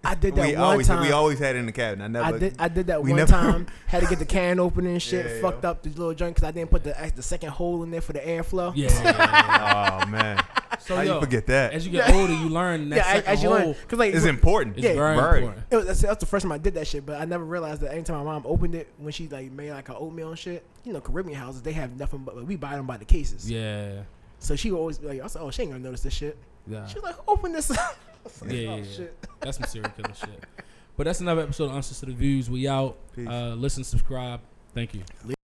Speaker 3: I did that
Speaker 2: We
Speaker 3: one
Speaker 2: always
Speaker 3: time.
Speaker 2: we always had it in the cabinet. I never.
Speaker 3: I did I did that
Speaker 2: we
Speaker 3: one
Speaker 2: never-
Speaker 3: time. Had to get the can open and shit.
Speaker 2: Yeah, yeah.
Speaker 3: fucked up the little joint because I didn't put the the second hole in there for the airflow.
Speaker 1: Yeah.
Speaker 2: oh man,
Speaker 1: so
Speaker 2: how you
Speaker 1: yo,
Speaker 2: forget that?
Speaker 1: as you get older, you learn that
Speaker 3: yeah, I,
Speaker 1: second
Speaker 3: as you
Speaker 1: hole
Speaker 3: learn, cause like
Speaker 2: It's important.
Speaker 1: is
Speaker 3: Yeah.
Speaker 1: very
Speaker 2: Very.
Speaker 1: important.
Speaker 3: It was, that's, that's the first time I did that shit, but I never realized that anytime my mom opened it when she like made like her oatmeal and shit, you know, Caribbean houses they have nothing but we buy them by the cases.
Speaker 1: Yeah.
Speaker 3: So she would always be like, I said, oh, she ain't gonna notice this shit.
Speaker 1: Yeah.
Speaker 3: She was like, open this. up. I was like,
Speaker 1: Uh. Yeah, yeah,
Speaker 3: oh,
Speaker 1: yeah.
Speaker 3: shit.
Speaker 1: That's some serial killer shit. But that's another episode of Unsolicited Views. We out.
Speaker 2: Peace.
Speaker 1: Uh, listen, subscribe. Thank you.